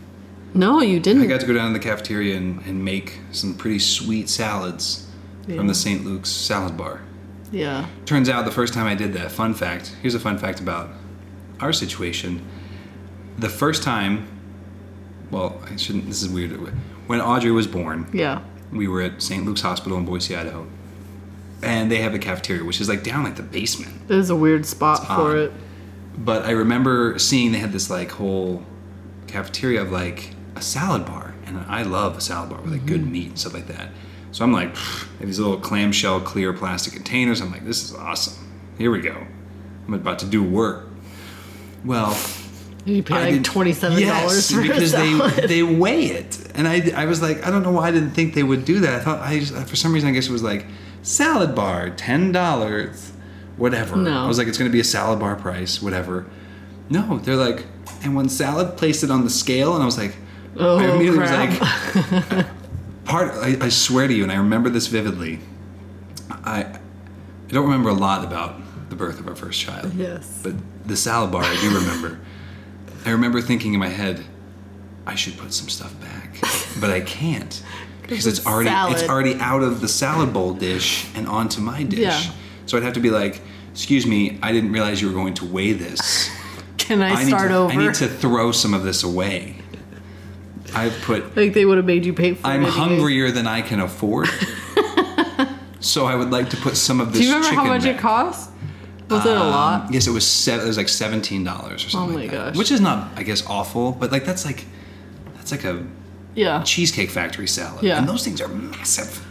B: No, you
A: I
B: didn't.
A: got to go down to the cafeteria and, and make some pretty sweet salads
B: Yeah.
A: from the St. Luke's salad bar.
B: yeah.
A: Turns out the first time I did that, fun fact here's a fun fact about our situation. The first time, well, I shouldn't, this is weird. When Audrey was born,
B: Yeah.
A: we were at St. Luke's Hospital in Boise, Idaho. And they have a cafeteria, which is like down like the basement.
B: It is a weird spot for
A: odd.
B: it.
A: But I remember seeing they had this like whole cafeteria of like a salad bar, and I love a salad bar with like good meat and stuff like that. So I'm like, they have these little clamshell clear plastic containers. I'm like, this is awesome. Here we go. I'm about to do work. Well,
B: You
A: I
B: pay like
A: didn't-
B: twenty seven dollars
A: yes,
B: for
A: because
B: a salad.
A: they they weigh it, and I I was like, I don't know why I didn't think they would do that. I thought I just, for some reason I guess it was like salad bar ten dollars, whatever.
B: No.
A: I was like, it's going to be a salad bar price, whatever. No, they're like, and one salad placed it on the scale, and I was like,
B: Oh,
A: I immediately
B: crap.
A: was like, part. I, I swear to you, and I remember this vividly. I I don't remember a lot about the birth of our first child.
B: yes.
A: But the salad bar, I do remember. I remember thinking in my head, I should put some stuff back, but I can't because it's
B: it's
A: already
B: salad.
A: it's already out of the salad bowl dish and onto my dish.
B: Yeah.
A: So I'd have to be like, "Excuse me, I didn't realize you were going to weigh this.
B: Can I,
A: need
B: start
A: to,
B: over?
A: I need to throw some of this away. I've put
B: like they would have made you pay for it.
A: I'm
B: anyways.
A: hungrier than I can afford. so I would like to put some of this
B: Do you remember how
A: chicken
B: much
A: back.
B: it cost? Was it a lot? Oh
A: Um, yes, it was. Se- it was like seventeen dollars or something.
B: my
A: like that,
B: gosh.
A: Which is not, I guess, awful, but like that's like that's like a
B: Yeah.
A: cheesecake factory salad.
B: Yeah.
A: and those things are massive.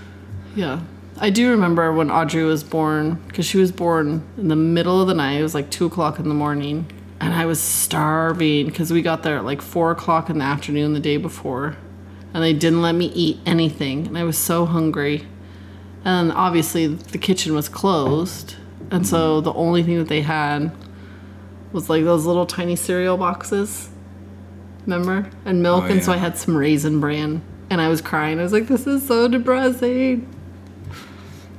B: Yeah. I do remember when Audrey was born, because she was born in the middle of the night. It was like 2 o'clock in the morning. And I was starving because we got there at like 4 o'clock in the afternoon the day before. And they didn't let me eat anything. And I was so hungry. And obviously, the kitchen was closed. And so the only thing that they had was like those little tiny cereal boxes. Remember? And milk.
A: Oh,
B: and so
A: yeah.
B: I had some raisin bran. And I was crying. I was like, this is so depressing.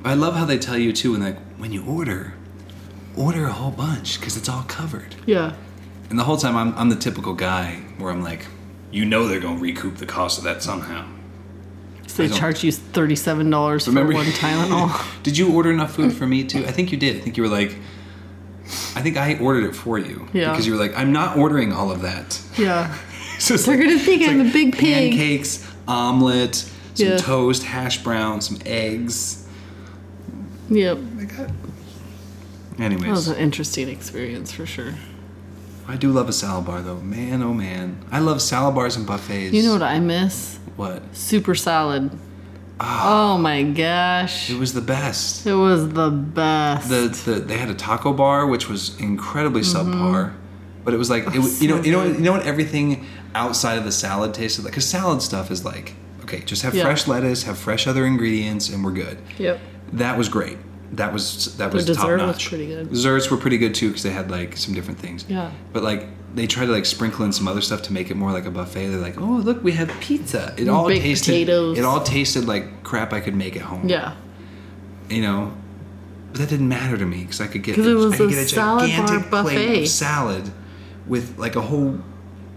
A: I love how they tell you too, when like when you order, order a whole bunch because it's all covered.
B: Yeah.
A: And the whole time, I'm I'm the typical guy where I'm like, you know, they're gonna recoup the cost of that somehow.
B: So
A: I
B: they
A: don't-
B: charge you thirty-seven dollars for
A: Remember-
B: one Tylenol.
A: Did you order enough
B: Mm.
A: food for me too? I think you did. I think you were like, I think I ordered it for you
B: Yeah.
A: because you were like, I'm not ordering all of that.
B: yeah.
A: So it's
B: They're
A: like-
B: gonna think
A: it's
B: I'm a big pig.
A: Pancakes, omelet, some
B: Yeah.
A: toast, hash brown, some eggs.
B: Yep.
A: Like that.
B: That was
A: Anyways,
B: an interesting experience for sure.
A: I do love a salad bar though. Man, oh man. I love salad bars and buffets.
B: You know what I miss?
A: what?
B: Super salad. Oh, my gosh.
A: It was the best.
B: It was the best.
A: The, the they had a taco bar which was incredibly subpar, but it was like it,
B: was
A: you know
B: Mm-hmm. so
A: you know
B: good.
A: you know what everything outside of the salad tasted like. Cause salad stuff is like okay, just have
B: Yeah.
A: fresh lettuce, have fresh other ingredients, and we're good.
B: yep.
A: That was great. That was that was top
B: dessert was
A: notch.
B: pretty good.
A: Desserts were pretty good too because they had like some different things.
B: Yeah.
A: But like they tried to like sprinkle in some other stuff to make it more like a buffet. They're like, oh look, we have pizza. It all
B: Baked
A: tasted.
B: potatoes.
A: It all tasted like crap I could make at home.
B: Yeah.
A: You know, but that didn't matter to me because I could get
B: 'Cause it was
A: I could
B: a
A: get a
B: salad bar
A: gigantic plate
B: buffet.
A: of salad with like a whole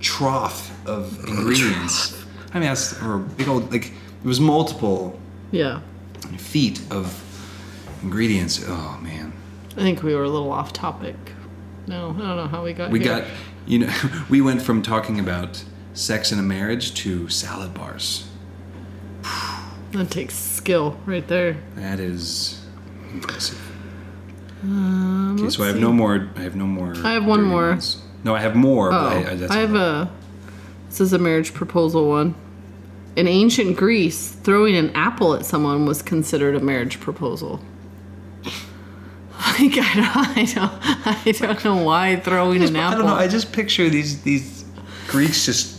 A: trough of ingredients. I mean, that's or a big old like it was multiple
B: Yeah.
A: feet of ingredients. Oh man,
B: I think we were a little off topic. No, I don't know how we got
A: we
B: here.
A: got you know we went from talking about sex in a marriage to salad bars.
B: That takes skill right there.
A: That is impressive.
B: Um,
A: Okay,
B: let's
A: so I have
B: see.
A: no more. I have no more.
B: I have one
A: dirty
B: more.
A: ones. No, I have more.
B: Oh,
A: but I,
B: I,
A: I, that's
B: have a. This is a marriage proposal one. In ancient Greece, throwing an apple at someone was considered a marriage proposal. Like I don't, I don't, I don't know why throwing an
A: I
B: apple.
A: don't know. I just picture these these Greeks just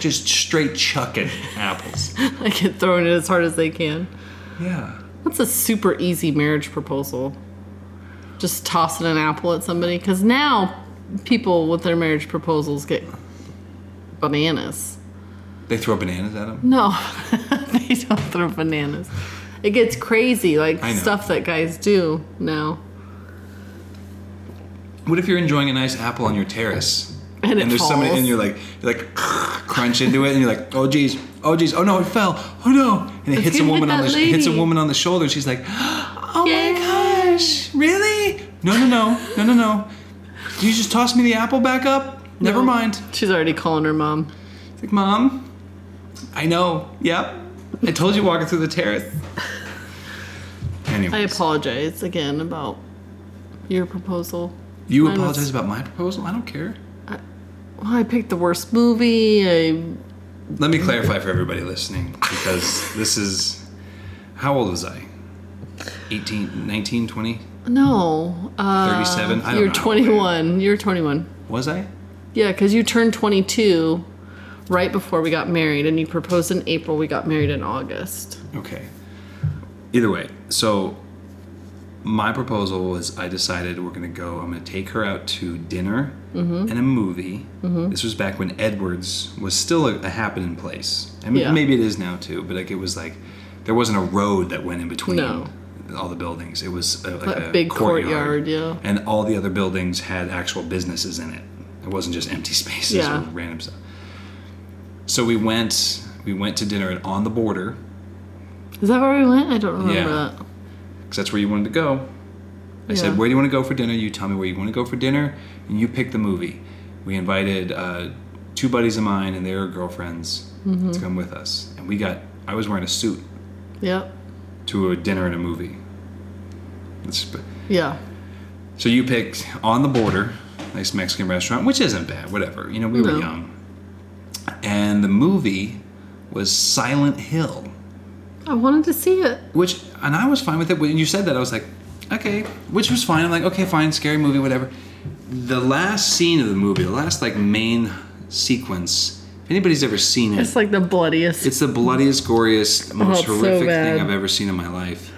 A: just straight chucking apples.
B: I get throwing it as hard as they can.
A: Yeah.
B: That's a super easy marriage proposal. Just tossing an apple at somebody. Because now people with their marriage proposals get bananas.
A: They throw bananas at them.
B: No, they don't throw bananas. It gets crazy, like
A: I know.
B: stuff that guys do now.
A: What if you're enjoying a nice apple on your terrace?
B: And it
A: there's somebody
B: falls.
A: and you're like you're like crunch into it and you're like, oh geez, oh geez, oh no, it fell. Oh no. And it
B: It's
A: hits a
B: gonna
A: woman
B: hit
A: on the
B: that
A: sh- hits a
B: lady.
A: woman on the shoulder and she's like, oh
B: Yay.
A: my gosh, really? No no no, no no no. You just toss me the apple back up? Never
B: No.
A: mind.
B: She's already calling her mom.
A: It's like, Mom, I know. Yep. I told you walking through the terrace.
B: I
A: Anyway,
B: apologize again about your proposal.
A: you
B: I was-
A: apologize about my proposal? I don't care.
B: Well, I picked the worst movie. I,
A: Let me clarify for everybody listening because this is. How old was I? 18, 19, 20?
B: no. Uh,
A: 37? I don't
B: You're
A: know.
B: 21. You're 21.
A: Was I?
B: Yeah, because you turned 22 right before we got married, and you proposed in April. We got married in August.
A: Okay. Either way, so my proposal was I decided we're going to go, I'm going to take her out to dinner
B: Mm-hmm.
A: and a movie. This was back when Edwards was still a, a happening place. I mean,
B: Yeah.
A: maybe it is now too, but like it was like there wasn't a road that went in between.
B: No.
A: All the buildings. It was a, like
B: That
A: a
B: big
A: courtyard,
B: courtyard, yeah.
A: And all the other buildings had actual businesses in it. It wasn't just empty spaces
B: Yeah.
A: or random stuff. So we went. We went to dinner at On the Border,
B: Is that where we went? I don't remember
A: Yeah.
B: that.
A: because that's where you wanted to go. I said,
B: Yeah.
A: "Where do you want to go for dinner? You tell me where you want to go for dinner, and you pick the movie." We invited uh, two buddies of mine and their girlfriends
B: Mm-hmm.
A: to come with us, and we got. I was wearing a suit
B: Yep.
A: to a dinner and a movie. It's-
B: Yeah.
A: so you picked on the border, nice Mexican restaurant, which isn't bad. Whatever, you know, we were
B: No.
A: young, and the movie was Silent Hill.
B: I wanted to see it.
A: which and I was fine with it. When you said that, I was like, okay, which was fine. I'm like, okay, fine, scary movie, whatever. The last scene of the movie, the last like main sequence. If anybody's ever seen it,
B: It's like the bloodiest.
A: it's the bloodiest, goriest, most
B: it's so
A: horrific
B: bad.
A: thing I've ever seen in my life.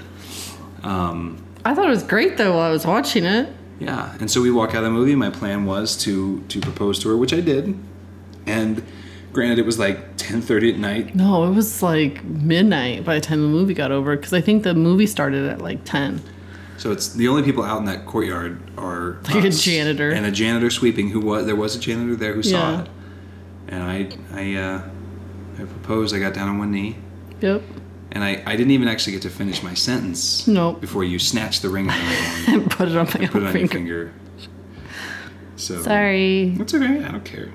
B: I thought it was great though while I was watching it.
A: Yeah, and so we walk out of the movie. My plan was to to propose to her, which I did, and granted, it was like 10:30 at night.
B: No, it was like midnight by the time the movie got over because I think the movie started at like 10.
A: So it's the only people out in that courtyard are
B: Like a
A: us
B: janitor.
A: and a janitor sweeping. Who was there was a janitor there who saw
B: Yeah.
A: it, and I I uh, I proposed. I got down on one knee,
B: Yep.
A: and I, I didn't even actually get to finish my sentence.
B: Nope.
A: Before you snatched the ring out of my hand,
B: And put it on my
A: put
B: own
A: it on your
B: finger.
A: finger. So
B: Sorry.
A: it's okay. I don't care.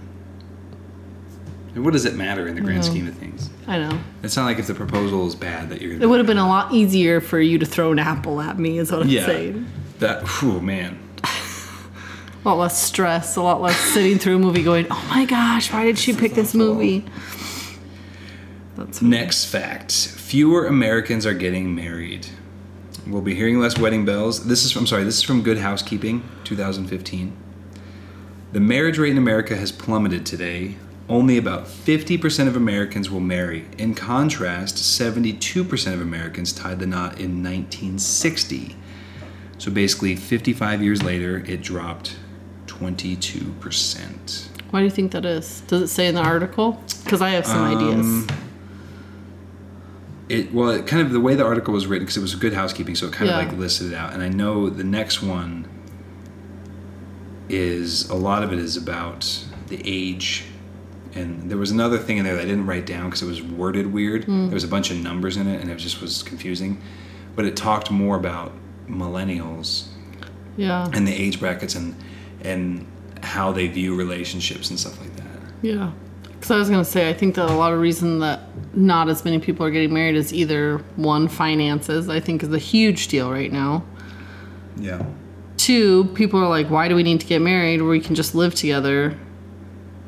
A: And what does it matter in the grand scheme of things?
B: I know.
A: It's not like if the proposal is bad that you're
B: It
A: gonna.
B: would have been a lot easier for you to throw an apple at me, is what I'm
A: yeah.
B: saying.
A: That. Oh man.
B: A lot less stress, a lot less sitting through a movie going, oh my gosh, why did she pick this movie? That's
A: Next fact fewer Americans are getting married. We'll be hearing less wedding bells. This is, I'm sorry, this is from Good Housekeeping 2015. The marriage rate in America has plummeted today. Only about 50% of Americans will marry. In contrast, 72% of Americans tied the knot in 1960. So basically, 55 years later, it dropped 22%.
B: Why do you think that is? Does it say in the article? Because I have some
A: Um,
B: ideas.
A: It well, it kind of the way the article was written because it was good housekeeping, so it kind
B: Yeah.
A: of like listed it out. And I know the next one is a lot of it is about the age, and there was another thing in there that I didn't write down because it was worded weird. There was a bunch of numbers in it, and it just was confusing. But it talked more about millennials
B: Yeah.
A: and the age brackets and and how they view relationships and stuff like that.
B: Yeah. Because I was going to say, I think that a lot of reason that not as many people are getting married is either one, finances, I think is a huge deal right now.
A: Yeah.
B: Two, people are like, why do we need to get married? We can just live together.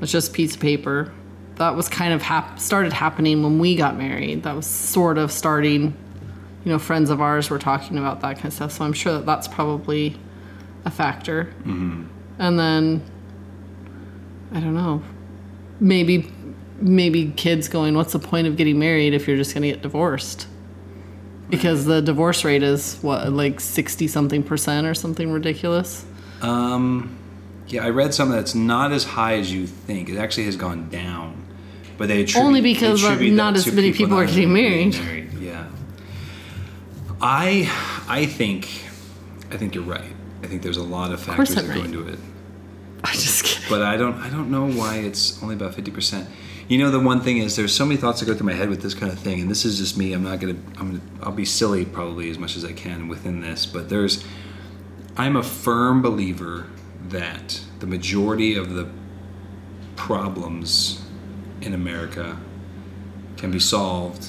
B: It's just a piece of paper. That was kind of hap- started happening when we got married. That was sort of starting, you know, friends of ours were talking about that kind of stuff. So I'm sure that that's probably a factor. And then, I don't know, maybe, maybe kids going, what's the point of getting married if you're just going to get divorced? Because the divorce rate is what, like 60 something percent or something ridiculous?
A: Um, yeah, I read something that's not as high as you think. It actually has gone down, but they attribute,
B: Only because uh,
A: they attribute
B: not
A: that
B: as
A: to
B: many people
A: not
B: are getting married.
A: Yeah, I, I think, I think you're right. I think there's a lot of factors
B: course
A: that
B: I'm
A: go
B: right.
A: into it,
B: I just kidding.
A: but I don't, I don't know why it's only about fifty percent. You know, the one thing is there's so many thoughts that go through my head with this kind of thing, and this is just me. I'm not gonna, I'm gonna, I'll be silly probably as much as I can within this, but there's I'm a firm believer that the majority of the problems in America can be solved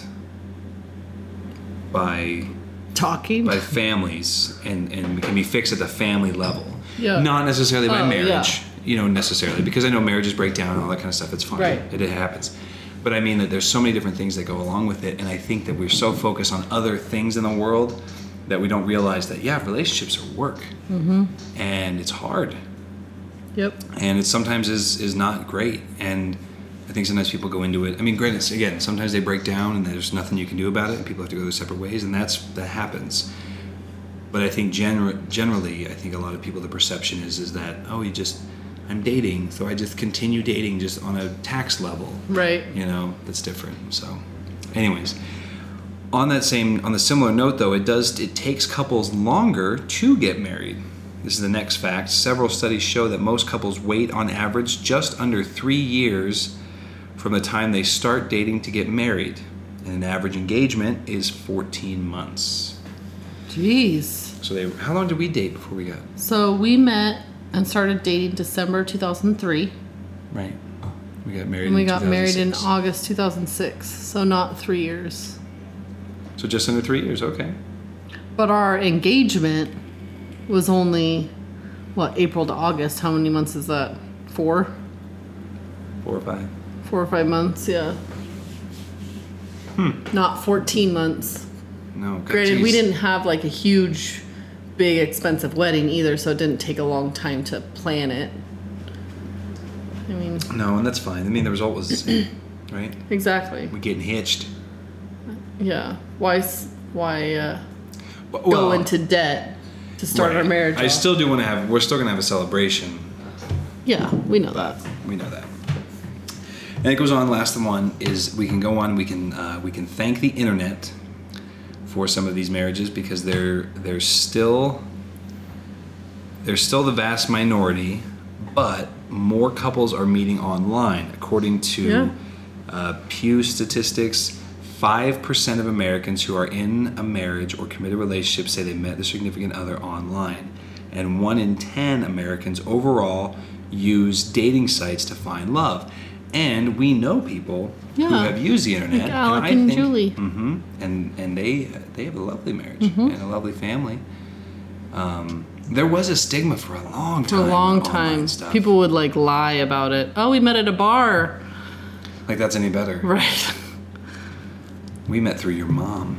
A: by
B: Talking?
A: by families and, and can be fixed at the family level.
B: Yeah.
A: Not necessarily by
B: Oh,
A: marriage,
B: yeah.
A: you know, necessarily, because I know marriages break down and all that kind of stuff. It's fine.
B: Right.
A: It, it happens. But I mean that there's so many different things that go along with it. And I think that we're so focused on other things in the world that we don't realize that, yeah, relationships are work.
B: Mm-hmm.
A: And it's hard
B: Yep.
A: and it sometimes is is not great and i think sometimes people go into it i mean granted it's- again sometimes they break down and there's nothing you can do about it and people have to go their separate ways and that's that happens but i think gener- generally i think a lot of people the perception is is that oh you just i'm dating so i just continue dating just on a tax level
B: Right.
A: you know that's different so anyways on that same on the similar note though it does it takes couples longer to get married this is the next fact several studies show that most couples wait on average just under three years from the time they start dating to get married and an average engagement is 14 months
B: Jeez.
A: so they how long did we date before we got
B: So we met and started dating December 2003,
A: right we got married
B: and we
A: in
B: got married in
A: 2006.
B: August 2006. So not three years.
A: so just under three years okay
B: But our engagement was only, what, April to August? How many months is that? Four?
A: four or five
B: Four or five months, yeah. Not 14 months.
A: no God,
B: Granted, we
A: geez.
B: didn't have like a huge, big, expensive wedding either, so it didn't take a long time to plan it. I mean,
A: no and that's fine i mean the result was the same, right
B: exactly.
A: we getting hitched
B: Yeah. Why? s- Why uh,
A: Well,
B: go into debt to start our
A: right.
B: marriage?
A: I
B: off?
A: still do want to have. We're still going to have a celebration.
B: Yeah, we know that.
A: We know that. And it goes on. Last one is we can go on. We can uh, we can thank the internet for some of these marriages because they're they're still they're still the vast minority, but more couples are meeting online, according to
B: Yeah.
A: uh, Pew statistics. Five percent of Americans who are in a marriage or committed relationship say they met their significant other online, and one in ten Americans overall use dating sites to find love. And we know people who
B: Yeah.
A: have used the internet.
B: Like Alec and Julie.
A: Mm-hmm.
B: Mm-hmm.
A: hmm And and they they have a lovely marriage and a lovely family. Um, There was a stigma for a long
B: For
A: time.
B: a long
A: with online
B: time,
A: stuff.
B: people would like lie about it. Oh, we met at a bar,
A: like that's any better.
B: right?
A: We met through your mom.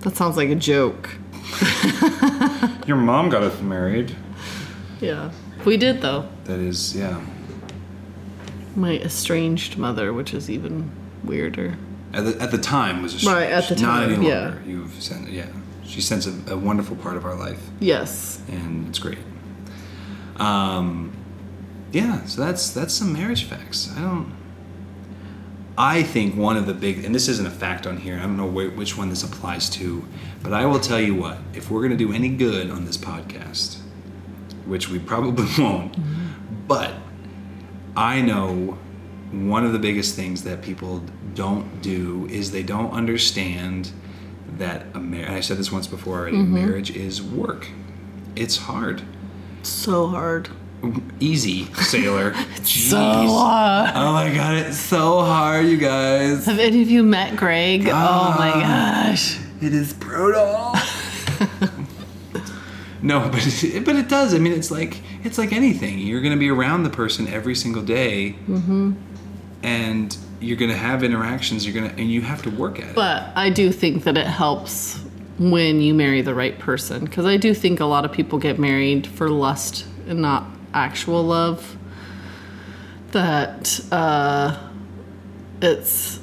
B: That sounds like a joke.
A: Your mom got us married.
B: Yeah, we did though.
A: That is, yeah.
B: My estranged mother, which is even weirder.
A: At the, at the time was a
B: Right, at the
A: not
B: time,
A: any
B: yeah.
A: longer. You've sent, yeah. She sends a, a wonderful part of our life,
B: Yes.
A: and it's great. Um, yeah. So that's that's some marriage facts. I don't. I think one of the big, and this isn't a fact on here. I don't know wh- which one this applies to, but I will tell you what: if we're going to do any good on this podcast, which we probably won't, but I know one of the biggest things that people don't do is they don't understand that a mar- and I said this once before already.
B: Mm-hmm.
A: Marriage is work. It's hard.
B: So hard.
A: Easy, sailor.
B: So
A: Jeez.
B: hard.
A: Oh my god, it's so hard, you guys.
B: Have any of you met Greg? oh my gosh.
A: It is brutal. no, but it, but it does. I mean, it's like it's like anything. You're going to be around the person every single day,
B: Mm-hmm.
A: and you're going to have interactions. You're going to and you have to work at it.
B: But I do think that it helps when you marry the right person because I do think a lot of people get married for lust and not actual love. That uh, it's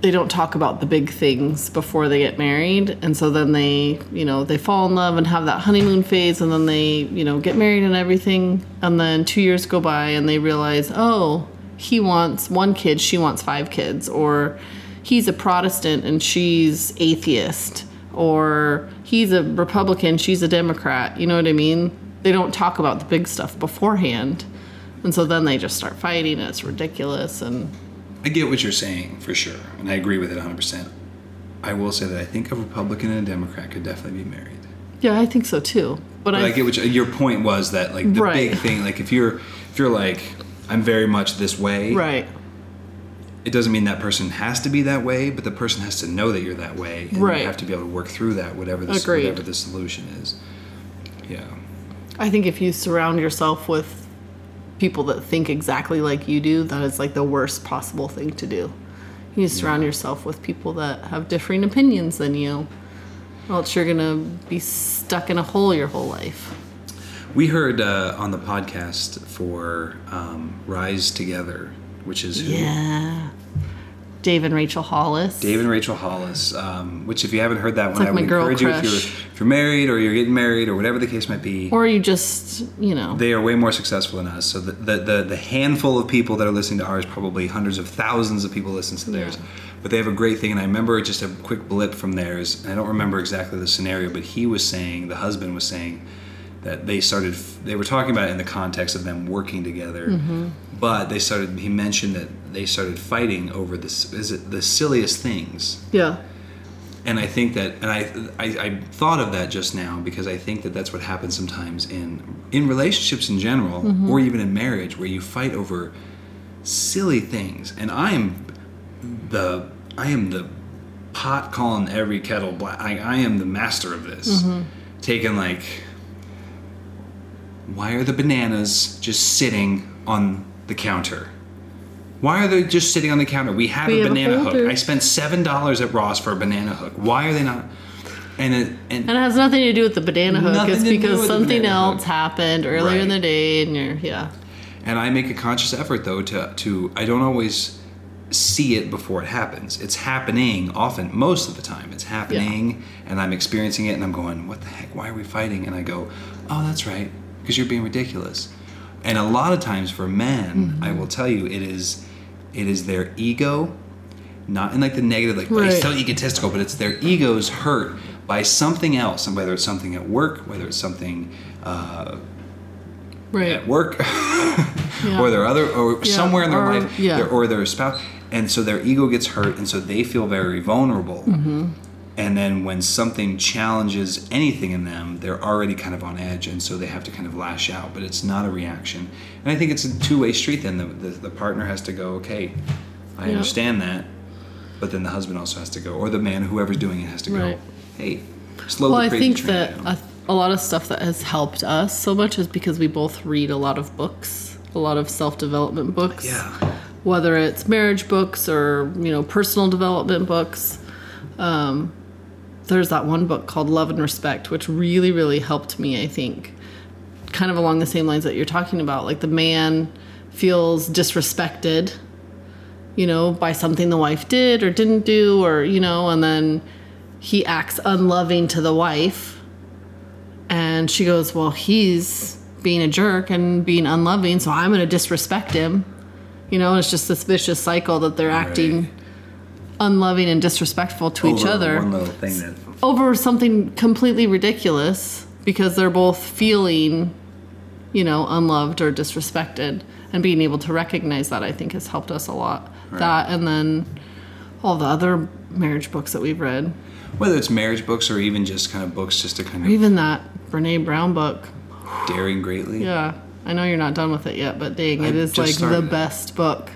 B: they don't talk about the big things before they get married and so then they you know they fall in love and have that honeymoon phase and then they you know get married and everything and then two years go by and they realize oh he wants one kid she wants five kids or he's a protestant and she's atheist or he's a republican she's a democrat you know what i mean they don't talk about the big stuff beforehand and so then they just start fighting and it's ridiculous and
A: I get what you're saying for sure, and I agree with it 100. percent I will say that I think a Republican and a Democrat could definitely be married.
B: yeah i think so too but,
A: But
B: I,
A: I get what you, your point was that like the
B: Right.
A: big thing, like if you're if you're like I'm very much this way,
B: Right.
A: it doesn't mean that person has to be that way, but the person has to know that you're that way, and
B: Right.
A: you have to be able to work through that, whatever the
B: Agreed.
A: whatever the solution is. Yeah,
B: I think if you surround yourself with people that think exactly like you do, that is like the worst possible thing to do. You surround yourself with people that have differing opinions than you, else you're gonna be stuck in a hole your whole life.
A: we heard uh, on the podcast for um, Rise Together, which is who?
B: Yeah. Dave and Rachel Hollis.
A: Dave and Rachel Hollis, um, which if you haven't heard that one,
B: like
A: I
B: my
A: would
B: girl
A: encourage you if
B: crush.
A: you're, if you're married or you're getting married or whatever the case might be.
B: Or you just, you know,
A: they are way more successful than us. So the, the, the, the handful of people that are listening to ours, probably hundreds of thousands of people listen to theirs.
B: Yeah.
A: But they have a great thing, and I remember just a quick blip from theirs. And I don't remember exactly the scenario, but he was saying, the husband was saying, that they started, they were talking about it in the context of them working together.
B: Mm-hmm.
A: But they started, he mentioned that they started fighting over this, is it the silliest things?
B: yeah,
A: and I think that, and I, I, I thought of that just now because I think that that's what happens sometimes in in relationships in general, or even in marriage, where you fight over silly things. And I am the I am the pot calling every kettle black. I, I am the master of this. Taking like, why are the bananas just sitting on the counter? Why are they just sitting on the counter? We have
B: We
A: a
B: have a
A: banana hook.
B: holder.
A: I spent seven dollars at Ross for a banana hook. Why are they not? And it, and
B: and it has nothing to do with the banana hook.
A: Nothing
B: it's
A: to do
B: because
A: with the
B: something
A: banana hook.
B: else happened earlier in
A: Right.
B: the day, and you're yeah.
A: and I make a conscious effort though to to I don't always see it before it happens. It's happening often, most of the time. It's happening, and I'm experiencing it, and I'm going, "What the heck? Why are we fighting?" And I go, "Oh, that's right, because you're being ridiculous." And a lot of times for men, I will tell you, it is it is their ego not in like the negative, like
B: Right.
A: it's so egotistical, but it's their egos hurt by something else, and whether it's something at work, whether it's something uh,
B: Right.
A: at work,
B: Yeah.
A: or their other, or
B: Yeah,
A: somewhere in their
B: or-
A: life,
B: yeah.
A: their, or their spouse, and so their ego gets hurt, and so they feel very vulnerable.
B: Mm-hmm.
A: And then when something challenges anything in them, they're already kind of on edge, and so they have to kind of lash out. But it's not a reaction, and I think it's a two-way street. Then the the, the partner has to go, okay, I
B: Yeah.
A: understand that, but then the husband also has to go, or the man, whoever's doing it, has to
B: Right.
A: go, hey, slow
B: Well,
A: the
B: I
A: crazy
B: think
A: train
B: that
A: down.
B: a, a lot of stuff that has helped us so much is because we both read a lot of books, a lot of self development books.
A: Yeah.
B: Whether it's marriage books or, you know, personal development books. Um, there's that one book called Love and Respect, which really, really helped me, I think. Kind of along the same lines that you're talking about. Like the man feels disrespected, you know, by something the wife did or didn't do, or, you know, and then he acts unloving to the wife. And she goes, Well, he's being a jerk and being unloving, so I'm going to disrespect him. You know, it's just this vicious cycle that they're acting unloving and disrespectful to each
A: Over
B: other
A: One little thing that
B: over something completely ridiculous because they're both feeling, you know, unloved or disrespected. And being able to recognize that, I think, has helped us a lot. That and then all the other marriage books that we've read,
A: whether it's marriage books or even just kind of books just to kind
B: or
A: of
B: even that Brene Brown book.
A: daring greatly.
B: Yeah, I know you're not done with it yet, but dang, it
A: I
B: is
A: just
B: like the
A: started it.
B: best book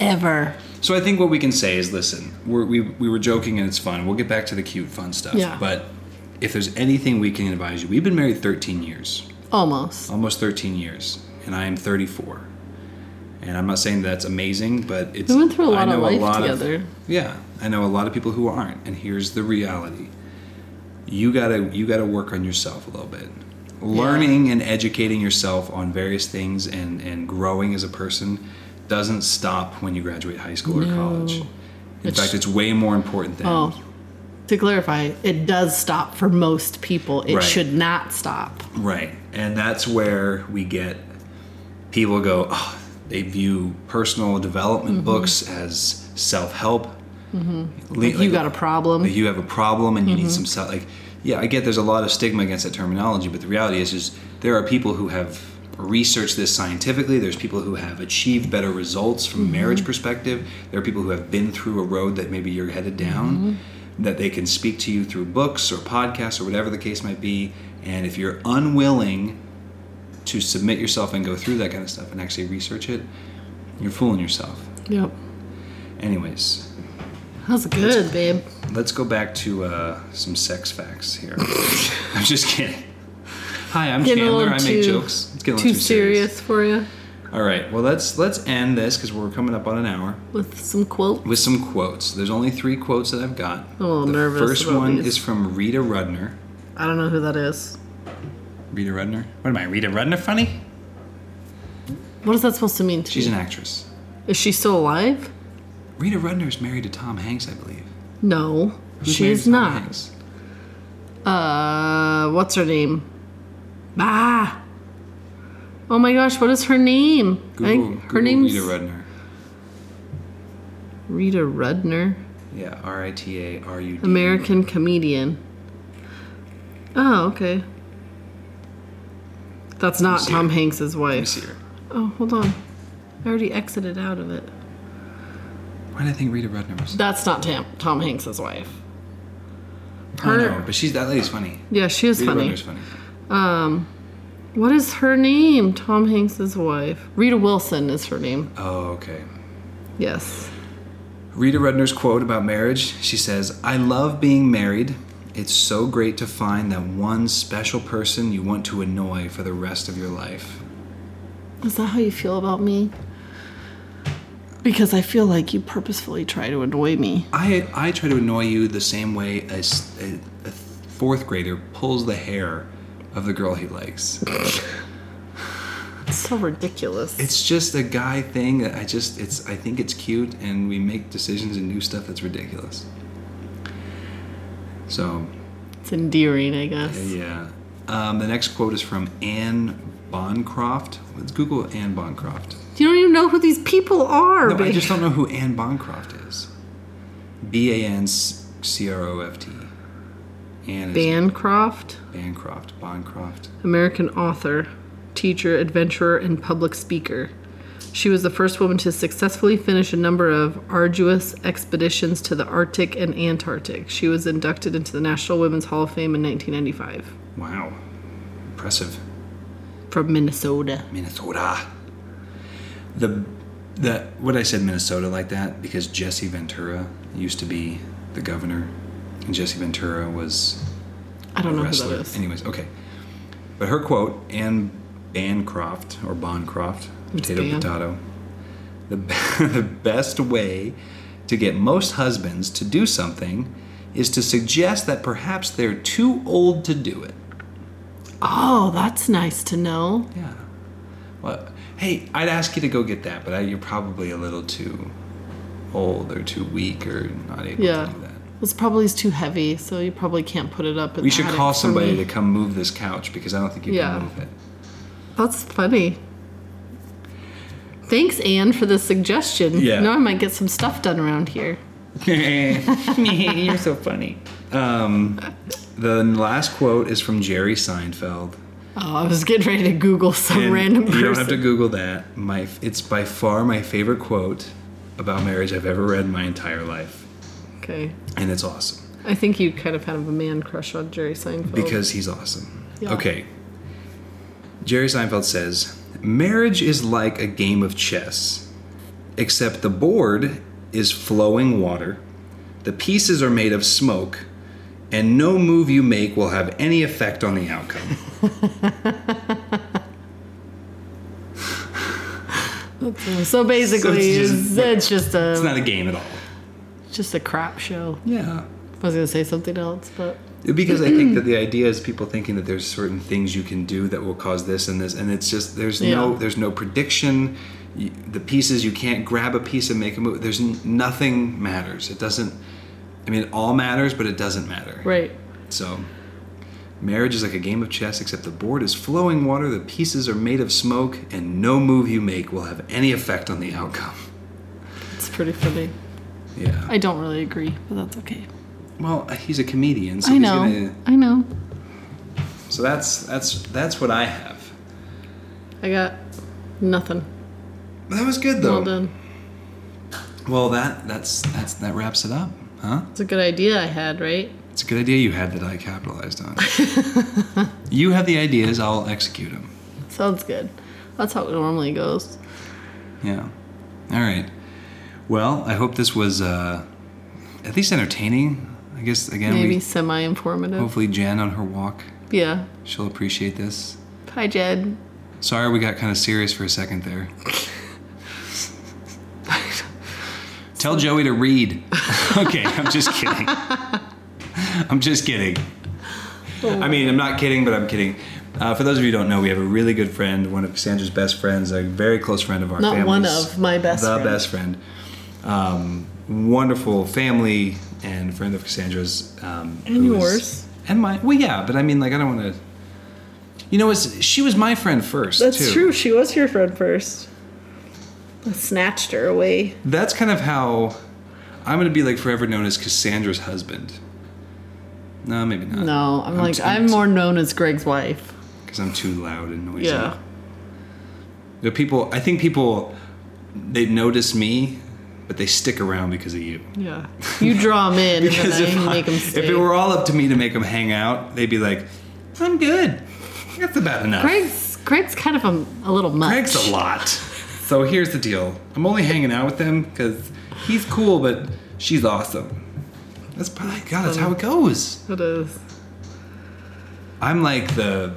B: ever.
A: So I think what we can say is, listen, we're, we we were joking and it's fun. We'll get back to the cute fun stuff.
B: Yeah.
A: But if there's anything we can advise you, we've been married 13 years,
B: Almost.
A: almost 13 years, and I am 34. And I'm not saying that's amazing, but it's
B: We went through
A: I
B: a lot of
A: know
B: life
A: lot
B: together.
A: yeah, I know a lot of people who aren't, and here's the reality. You gotta you gotta work on yourself a little bit. Learning and educating yourself on various things and, and growing as a person doesn't stop when you graduate high school or
B: No.
A: college. In
B: It's-
A: fact, it's way more important than
B: Oh, to clarify, it does stop for most people. It
A: Right.
B: should not stop.
A: Right. And that's where we get people go, oh, they view personal
B: Mm-hmm.
A: development books as self help.
B: If Mm-hmm. you got a problem,
A: Like, you have a problem and you need some self. Like, yeah, I get there's a lot of stigma against that terminology, but the reality is, is there are people who have researched this scientifically. There's people who have achieved better results from a marriage perspective. There are people who have been through a road that maybe you're headed down. That they can speak to you through books or podcasts or whatever the case might be. And if you're unwilling to submit yourself and go through that kind of stuff and actually research it, you're fooling yourself.
B: yep.
A: Anyways,
B: That's good, babe.
A: Let's go back to uh, some sex facts here. I'm just kidding. Hi, I'm
B: Getting a
A: Chandler.
B: little
A: I make
B: too-
A: jokes. It's getting a
B: Too
A: little too serious.
B: serious for you
A: All right. Well, let's let's end this because we're coming up on an hour
B: with some quote.
A: with some quotes. There's only three quotes that I've got.
B: I'm a little
A: the
B: nervous
A: First
B: about
A: one
B: these.
A: is from Rita Rudner.
B: I don't know who that is.
A: Rita Rudner. What am I? Rita Rudner? Funny?
B: What is that supposed to mean to
A: She's
B: you?
A: an actress.
B: is she still alive?
A: Rita Rudner is married to Tom Hanks, I believe.
B: No,
A: Who's married to
B: she's
A: Tom
B: not.
A: Hanks?
B: Uh, what's her name? Ah. Oh my gosh, what is her name? I
A: Google,
B: think
A: Google
B: her name's
A: Rita Rudner.
B: Rita Rudner.
A: Yeah, R I T A R U D.
B: American comedian. Oh, okay. That's not
A: see
B: Tom
A: her.
B: Hanks's
A: Let me
B: wife.
A: see her.
B: Oh, hold on. I already exited out of it.
A: Why did I think Rita Rudner was?
B: That's not Tam- Tom Hanks's wife.
A: I
B: Her-
A: know, but she's that lady's funny.
B: Yeah, she is
A: Rita
B: funny.
A: Rudner's funny.
B: What is her name? Tom Hanks's wife. Rita Wilson is her name.
A: Oh, okay.
B: Yes.
A: Rita Rudner's quote about marriage she says, I love being married. It's so great to find that one special person you want to annoy for the rest of your life.
B: Is that how you feel about me? Because I feel like you purposefully try to annoy me.
A: I, I try to annoy you the same way a, s- a- a fourth grader pulls the hair of the girl he likes.
B: It's so ridiculous.
A: It's just a guy thing that I just it's I think it's cute and we make decisions and do stuff that's ridiculous. So
B: It's endearing, I guess.
A: Yeah. Um, the next quote is from Anne Boncroft. Let's Google Anne Boncroft.
B: You don't even know who these people are.
A: No, I
B: babe.
A: just don't know who Anne Boncroft is. B A N C R O F T. Anne is
B: Bancroft,
A: Bancroft. Boncroft.
B: American author, teacher, adventurer, and public speaker. She was the first woman to successfully finish a number of arduous expeditions to the Arctic and Antarctic. She was inducted into the National Women's Hall of Fame in 1995
A: Wow. Impressive.
B: from Minnesota.
A: Minnesota. The the what I said Minnesota like that because Jesse Ventura used to be the governor, and Jesse Ventura was
B: I don't know who that
A: wrestler.
B: is.
A: Anyways, okay. But her quote, Anne Bancroft or Boncroft,
B: It's
A: potato
B: Ban.
A: potato. The, b- the best way to get most husbands to do something is to suggest that perhaps they're too old to do it.
B: Oh, that's nice to know.
A: Yeah. Well, hey, I'd ask you to go get that, but I, you're probably a little too old or too weak or not able
B: Yeah.
A: to do that.
B: This probably is too heavy, so you probably can't put it up. In
A: We
B: the
A: should
B: attic
A: call
B: for
A: somebody
B: me.
A: to come move this couch because I don't think you
B: Yeah.
A: can move it.
B: That's funny. Thanks, Anne, for the suggestion.
A: Yeah.
B: Now I might get some stuff done around here.
A: You're so funny. Um, the last quote is from Jerry Seinfeld.
B: Oh, I was getting ready to Google some
A: And
B: random person.
A: You don't have to Google that. My, it's by far my favorite quote about marriage I've ever read in my entire life,
B: Okay.
A: and it's awesome
B: I think you kind of have a man crush on Jerry Seinfeld.
A: because he's awesome.
B: Oh. Yeah.
A: Okay. Jerry Seinfeld says, "Marriage is like a game of chess, except the board is flowing water, the pieces are made of smoke, and no move you make will have any effect on the outcome."
B: so basically,
A: So it's
B: it's
A: just-
B: just, it's just a
A: It's not a game at all.
B: just a crap show.
A: Yeah.
B: I was gonna say something else, but
A: Because I think that the idea is people thinking that there's certain things you can do that will cause this and this, and it's just there's no
B: Yeah.
A: there's no prediction. You, the pieces you can't grab a piece and make a move. There's n- nothing matters. It doesn't. I mean, it all matters, but it doesn't matter.
B: right.
A: So, marriage is like a game of chess, except the board is flowing water, the pieces are made of smoke, and no move you make will have any effect on the outcome.
B: It's pretty funny.
A: Yeah.
B: I don't really agree, but that's okay.
A: well, uh, he's a comedian, so
B: I
A: he's
B: know.
A: gonna.
B: I know.
A: So that's that's that's what I have.
B: I got nothing.
A: That was good though.
B: Well done.
A: Well, that that's that's that wraps it up, huh?
B: It's a good idea I had, right?
A: It's a good idea you had that I capitalized on. you have the ideas, I'll execute them.
B: Sounds good. That's how it normally goes.
A: Yeah. All right. Well, I hope this was uh, at least entertaining. I guess again,
B: Maybe
A: we
B: semi-informative.
A: hopefully Jan on her walk,
B: Yeah.
A: she'll appreciate this.
B: Hi, Jed.
A: Sorry, we got kind of serious for a second there. Tell Joey to read. okay, I'm just kidding. I'm just kidding. I mean, I'm not kidding, but I'm kidding. Uh, for those of you who don't know, we have a really good friend, one of Sandra's best friends, a very close friend of our
B: Not one
A: family's-
B: of, my best
A: the
B: friend.
A: best friend. Um, wonderful family and friend of Cassandra's. Um,
B: And
A: who is-
B: yours.
A: And mine. Well, yeah, but I mean, like, I don't want to. You know, it's, she was my friend first. too.
B: She was your friend first. I snatched her away.
A: That's kind of how I'm going to be like forever known as Cassandra's husband. No, maybe not.
B: No, I'm, like
A: too-
B: I'm more known as Greg's wife.
A: because I'm too loud and noisy.
B: Yeah.
A: The people, I think people, they notice me, but they stick around because of you.
B: Yeah. You draw them in
A: Because
B: and
A: if,
B: then I
A: I-
B: make them
A: if
B: stay.
A: it were all up to me to make them hang out, they'd be like, "I'm good. That's about enough."
B: Greg's Greg's kind of a, a little much.
A: Greg's a lot. So here's the deal: I'm only hanging out with them because he's cool, but she's awesome. That's probably God. That's how it goes.
B: It is.
A: I'm like the.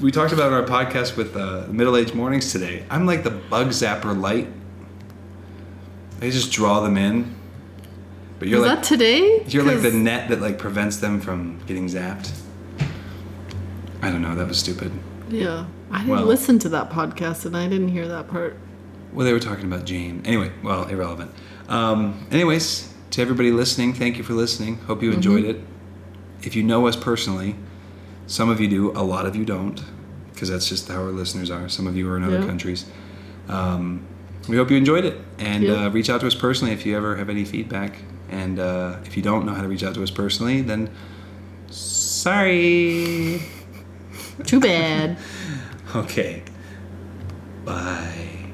A: We talked about it on our podcast with uh, middle aged mornings today. I'm like the bug zapper light. They just draw them in, but you're
B: Is
A: like
B: that today?
A: you're like the
B: 'Cause
A: net that like prevents them from getting zapped. I don't know. That was stupid.
B: Yeah. I didn't
A: Well-
B: listen to that podcast and I didn't hear that part.
A: Well, they were talking about Jane. Anyway, well, irrelevant. Um, anyways, to everybody listening, thank you for listening. Hope
B: Mm-hmm.
A: you enjoyed it. If you know us personally, some of you do, a lot of you don't, because that's just how our listeners are. Some of you are in other
B: Yeah.
A: countries. Um, we hope you enjoyed it, and
B: Yeah.
A: uh, reach out to us personally if you ever have any feedback. And uh, if you don't know how to reach out to us personally, then sorry.
B: Too bad.
A: Okay. Bye.